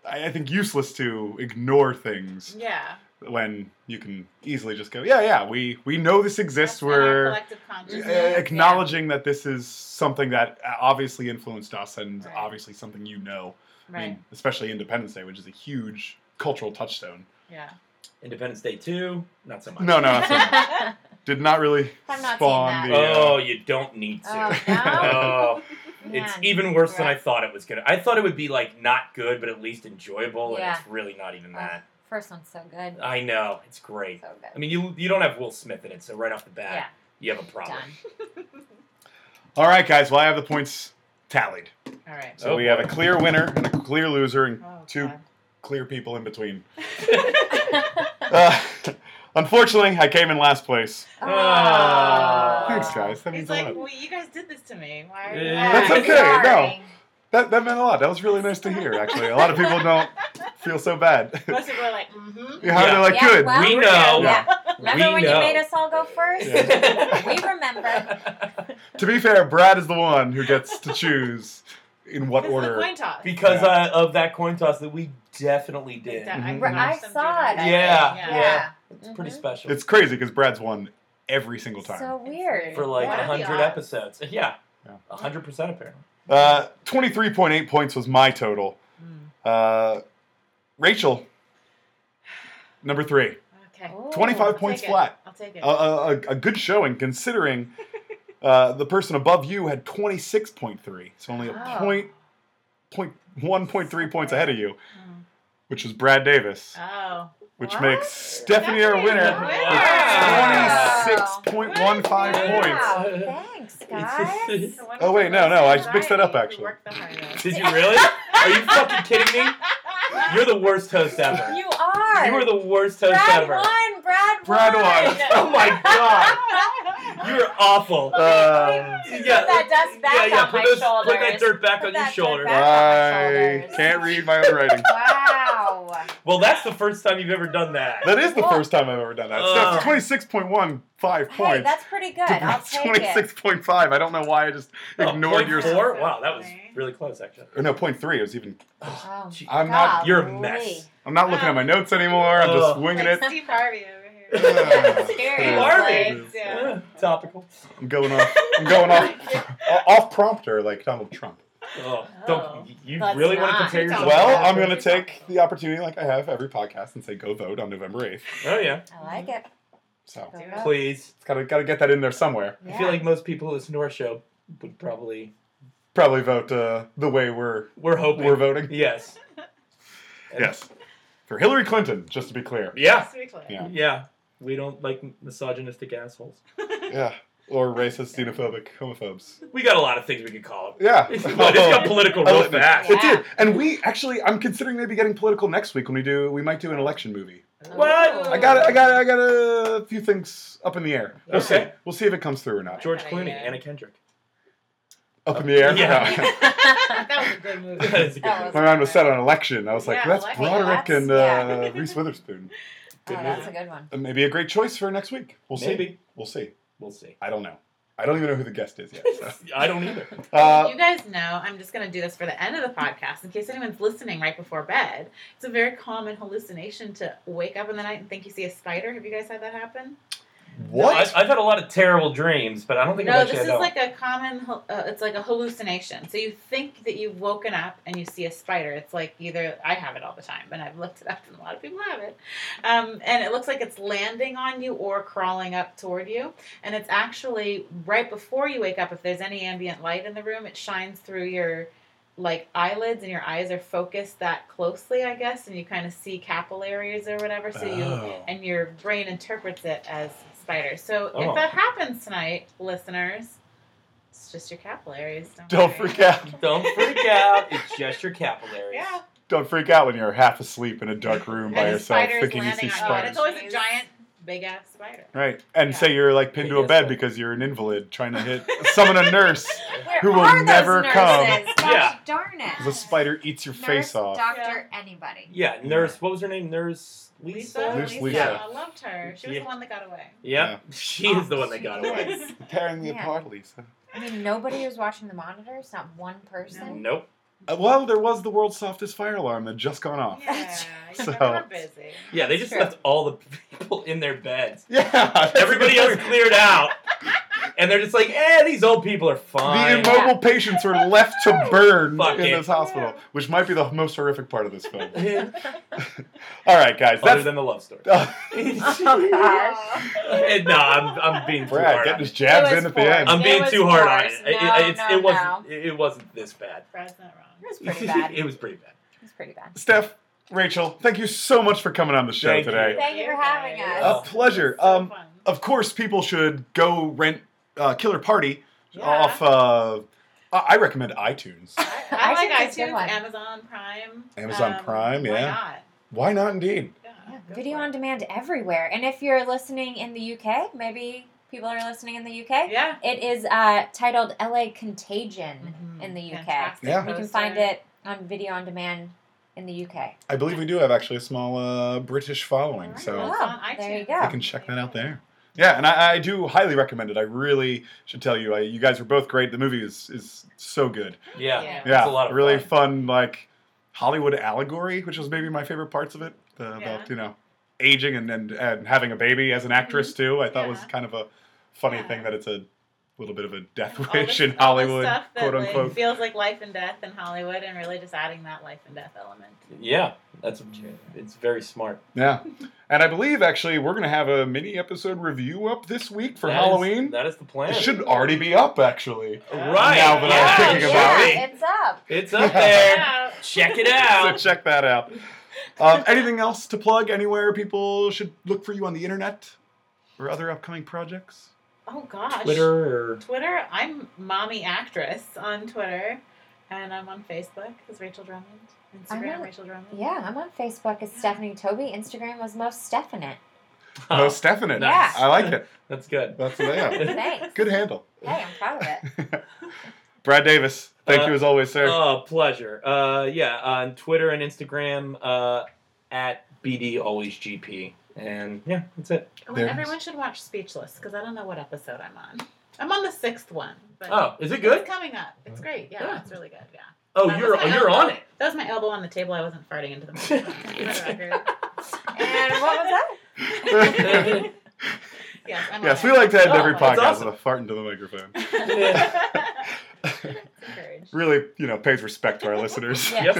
uh, I, I think, useless to ignore things
Yeah.
when you can easily just go, yeah, yeah, we we know this exists.
That's in our
We're
collective consciousness.
uh, acknowledging that this is something that uh, obviously influenced us and
Right.
obviously something you know.
Yeah.
I
Right.
mean, especially Independence Day, which is a huge cultural touchstone.
Yeah.
Independence Day two, not so much.
No, no, that's not-
oh,
did not really
I've not seen
spawn
that.
the. uh,
Oh, you don't need to.
no.
Oh, it's
Man.
even worse than I
Right.
thought it was gonna. I thought it would be like not good, but at least enjoyable, and
Yeah.
it's really not even that.
First one's so good.
I know it's great.
So
I
good.
mean, you you don't have Will Smith in it, so right off the bat, you have a problem.
Done.
All right, guys. Well, I have the points tallied,
All right.
so
Oh,
we
boy.
have a clear winner and a clear loser, and
Oh,
two
God.
clear people in between. Uh, unfortunately, I came in last place.
Oh.
Ah.
Thanks, guys. That means
He's
a
like,
lot.
well, you guys did this to me. Why? Are you
Yeah.
That's
laughing?"
okay. No, that, that meant a lot. That was really nice to hear. Actually, a lot of people don't feel so bad.
Most people are like, mm-hmm.
How
Yeah.
they're like,
Yeah,
good.
well,
We
we're
know.
good. Yeah. Remember
We
when
know.
you made us all go first? we remember.
To be fair, Brad is the one who gets to choose in what
This is a
order.
coin toss.
because uh, of that coin toss that we definitely did.
That- I
Mhm.
watched
I
them do
saw
that.
it, I
Yeah,
think,
yeah,
yeah.
It's pretty
Mhm.
special.
It's crazy because Brad's won every single time.
So weird.
for like
What
a
are the
hundred
odds?
episodes. Yeah,
Yeah.
a hundred percent apparently.
Uh, 23.8 points was my total.
Mm.
Uh, Rachel, number three.
Okay.
Ooh.
25
I'll
points
take it.
flat. Uh,
I'll take it.
A, a, a- a good showing considering uh, the person above you had 26.3. So only a
Oh.
Wow.
point, point, 1.3 points ahead of you,
Mm.
which was Brad Davis,
oh.
which
What?
makes Stephanie our
Stephanie
winner.
the
with
winner.
26.15
Wow.
points.
Wow, thanks, guys.
It's
The
a-
one
Oh, wait,
with
no,
the
no, I
most
mixed that up,
anxiety,
actually.
we worked the hardest.
Did you really? Are you fucking kidding me? You're the worst host ever.
You are.
You were the worst host
Brad
ever.
won. Brad won.
Brad won.
Oh my god, you're
Um,
awful. yeah,
Put that dust back
yeah, yeah.
on
put,
my
this,
shoulders.
put that dirt back
Put
on your
that dirt
shoulder.
back.
I can't read my own writing.
Wow.
Well, that's the first time you've ever done that.
That is the
Well-
first time I've ever done that.
Ugh.
Steph, 26.15 points.
Hey, that's pretty good. I'll
That's
take it.
26.5. I don't know why I just
Oh,
ignored
point
your.
four? Wow, that was really close actually.
Or no, point three. It was even.
Oh,
Gee,
I'm not.
you're a mess.
I'm not looking at my notes anymore. I'm just
Ugh.
winging it.
Like Steve Harvey over here.
Ugh.
Scary.
Steve Harvey.
Blades, Yeah.
Yeah, Eh, topical.
I'm going off. I'm going off. off prompter like Donald Trump.
Oh,
Oh,
don't you
that's
really want to
not-
compare
you're
Oh,
yourself?
talking
Well,
about-
I'm going to take the opportunity, like I have every podcast, and say go vote on November 8th.
oh yeah,
I like it.
So
Go
Do
vote.
please.
it's gotta gotta get that in there somewhere.
I feel like most people who listen to our show would probably
Probably vote uh, the way we're
we're hoping
we're voting.
Yes.
Yes, for Hillary Clinton, just to be clear.
Yeah.
Sweet play.
Yeah.
Yeah. We don't like misogynistic assholes.
Yeah, or racist, xenophobic, homophobes.
We got a lot of things we could call them.
Yeah.
Well, this got political real
Oh,
fast.
It did. And we actually, I'm considering maybe getting political next week when we do. We might do an election movie.
What?
I got, I got, I got a few things up in the air. We'll see.
Okay.
We'll see if it comes through or not.
George
Yeah.
Clooney, Anna Kendrick.
Up in the air.
Yeah.
that was a good movie.
That is a good one.
That
My mind was set on election. I was like,
Yeah,
that's
election.
Broderick and uh,
That's-
Reese Witherspoon.
Oh,
Good
that's a
movie.
good one.
That may be a great choice for next week. We'll see.
Maybe.
We'll see.
We'll see.
I don't know. I don't even know who the guest is yet. So.
I don't either.
Uh,
you guys know, I'm just going to do this for the end of the podcast in case anyone's listening right before bed. It's a very common hallucination to wake up in the night and think you see a spider. Have you guys had that happen?
what?
I, I've had a lot of terrible dreams, but I don't think
no,
I've
this
actually had that
is like a common, hal- uh, it's like a hallucination. So you think that you've woken up and you see a spider. It's like either, I have it all the time, and I've looked it up, and a lot of people have it. Um, and it looks like it's landing on you or crawling up toward you. And it's actually right before you wake up, if there's any ambient light in the room, it shines through your like eyelids and your eyes are focused that closely, I guess, and you kind of see capillaries or whatever. So you
Oh.
and your brain interprets it as spiders. So
Oh.
if that happens tonight, listeners, it's just your capillaries. Don't,
Don't
worry.
freak out.
one. Don't freak out. It's just your capillaries.
Yeah,
Don't freak out when you're half asleep in a dark room by
and the
yourself
spider is
thinking you see
landing on you, and
spiders.
it's always a giant, big ass spider.
Right. And say you're like pinned to a
Yes,
bed
sir.
because you're an invalid trying to hit summon a nurse.
Where
Who will
are those
never
nurses?
come.
Gosh
Yeah.
darn it.
'Cause A spider eats your face
Nurse,
off.
doctor, anybody.
Yeah, nurse. What was her name? Nurse
Lisa,
Lisa.
There's
Lisa,
Lisa.
I loved her. She was
Yeah.
the one that got away.
Yeah, she is the one that got away.
Yes.
Tearing me
Yeah.
apart, Lisa.
I mean, nobody was watching the monitors. Not one person.
Nope.
Uh, well, there was the world's softest fire alarm that just gone off.
Yeah, you
So-
know, we were busy.
Yeah, they just
Sure.
left all the people in their beds.
Yeah. that's a
Everybody
good
else
point.
cleared out, and they're just like, "Eh, these old people are
The
fine."
immobile patients were left to burn
Fuck
in
it.
this hospital, which might be the most horrific part of this film.
Other
All right, guys. That's
than the love story.
uh,
Oh gosh.
And no, I'm, I'm being too
Brad
hard.
getting
On
his
it.
jabs
It was
in at the
forced.
end.
I'm
It
being
was
too hard on it.
worse.
It, it,
No,
it's-
no,
it wasn't.
no.
It, it wasn't this bad.
Brad's not wrong.
It was pretty bad.
it was pretty bad.
It was pretty bad.
Steph, Rachel, thank you so much for coming on the show
Thank you.
today.
Thank you for having us.
A pleasure. Um,
fun.
of course, people should go rent uh, Killer Party
Yeah.
off. Uh, I I recommend iTunes.
I like
iTunes is a good
iTunes,
one.
Amazon Prime. Um,
Amazon Prime,
Why
yeah.
not?
Why not? Indeed.
Yeah,
Yeah,
go
video
for
on
it.
demand everywhere. And if you're listening in the UK, maybe people are listening in the UK.
Yeah.
It is uh, titled LA Contagion in the UK.
Fantastic
Yeah.
You can
poster.
find it on video on demand in the UK.
I believe we do have actually a small uh, British following,
Alright,
so
well, it's on iTunes.
Oh, there you
you
go.
can check that out there. Yeah, and I, I do highly recommend it. I really should tell you, I, you guys are both great. The movie is is so good.
Yeah.
Yeah.
Yeah,
It's a lot of
really
fun.
fun. like Hollywood allegory, which was maybe my favorite parts of it. The, About
Yeah.
you know aging and, and and having a baby as an actress too. I thought was
Mm-hmm. Yeah.
kind of a funny
Yeah.
thing that it's a little bit of a death
All
wish
this-
in
all this
Hollywood,
stuff that,
quote
like,
unquote.
feels like life and death in Hollywood, and really just adding that life and death element.
Yeah. That's it's very smart.
Yeah. And I believe actually we're gonna have a mini episode review up this week for
That is-
Halloween.
that is the plan.
it should already be up actually.
Right.
Now that I'm
yeah,
thinking
it
about
should
it.
be.
yeah, it's up.
It's up there.
Yeah.
Check it
So
out.
check that out. Um, anything else to plug anywhere people should look for you on the internet or other upcoming projects?
Oh gosh.
Twitter or
Twitter. I'm mommy actress on Twitter, and I'm on Facebook as Rachel Drummond.
I'm
Instagram
not-
Rachel Drummond.
Yeah, I'm on Facebook as Stephanie Toby. Instagram was most Stephanette.
Oh, Stephanie.
Yeah.
I like it.
That's good.
That's yeah.
Thanks.
Good handle.
Hey, I'm proud of it.
Brad Davis, thank
Uh,
you as always, sir.
Oh, pleasure. Uh, yeah, on Twitter and Instagram uh, at BD Always GP. And yeah, that's it.
Oh,
There
and
it is.
everyone should watch Speechless because I don't know what episode I'm on. I'm on the sixth one. But
Oh, is it good?
It's coming up. It's great. Yeah,
Yeah.
it's really good. Yeah.
Oh,
That
you're
was my
you're
elbow.
on it.
That was my elbow on the table. I wasn't farting into the mic. For the record.
And what was that?
yes, I'm
yes,
on
we like to end
Oh,
every
that's
podcast
awesome.
with a fart into the microphone.
it. Encourage.
Really, you know, pays respect to our listeners.
Yes.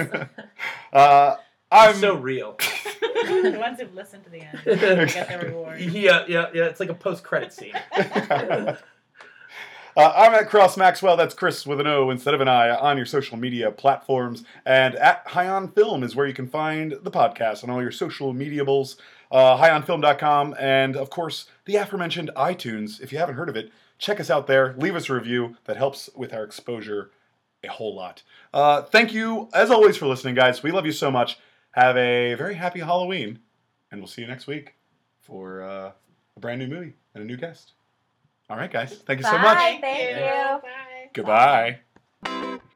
uh, I'm
It's so real.
the ones who've listened to the end they get the reward.
yeah, yeah, yeah. It's like a post credit scene.
uh, I'm at Cross Maxwell. That's Chris with an O instead of an I on your social media platforms. And at High on Film is where you can find the podcast and all your social mediables. Uh, highnfilm.com and of course the aforementioned iTunes. If you haven't heard of it, check us out there. Leave us a review. That helps with our exposure a whole lot. Uh, thank you as always for listening, guys. We love you so much. Have a very happy Halloween, and we'll see you next week for uh, a brand new movie and a new guest. All right, guys. Thank you so much.
Bye. Thank you.
Bye.
Goodbye.
Bye.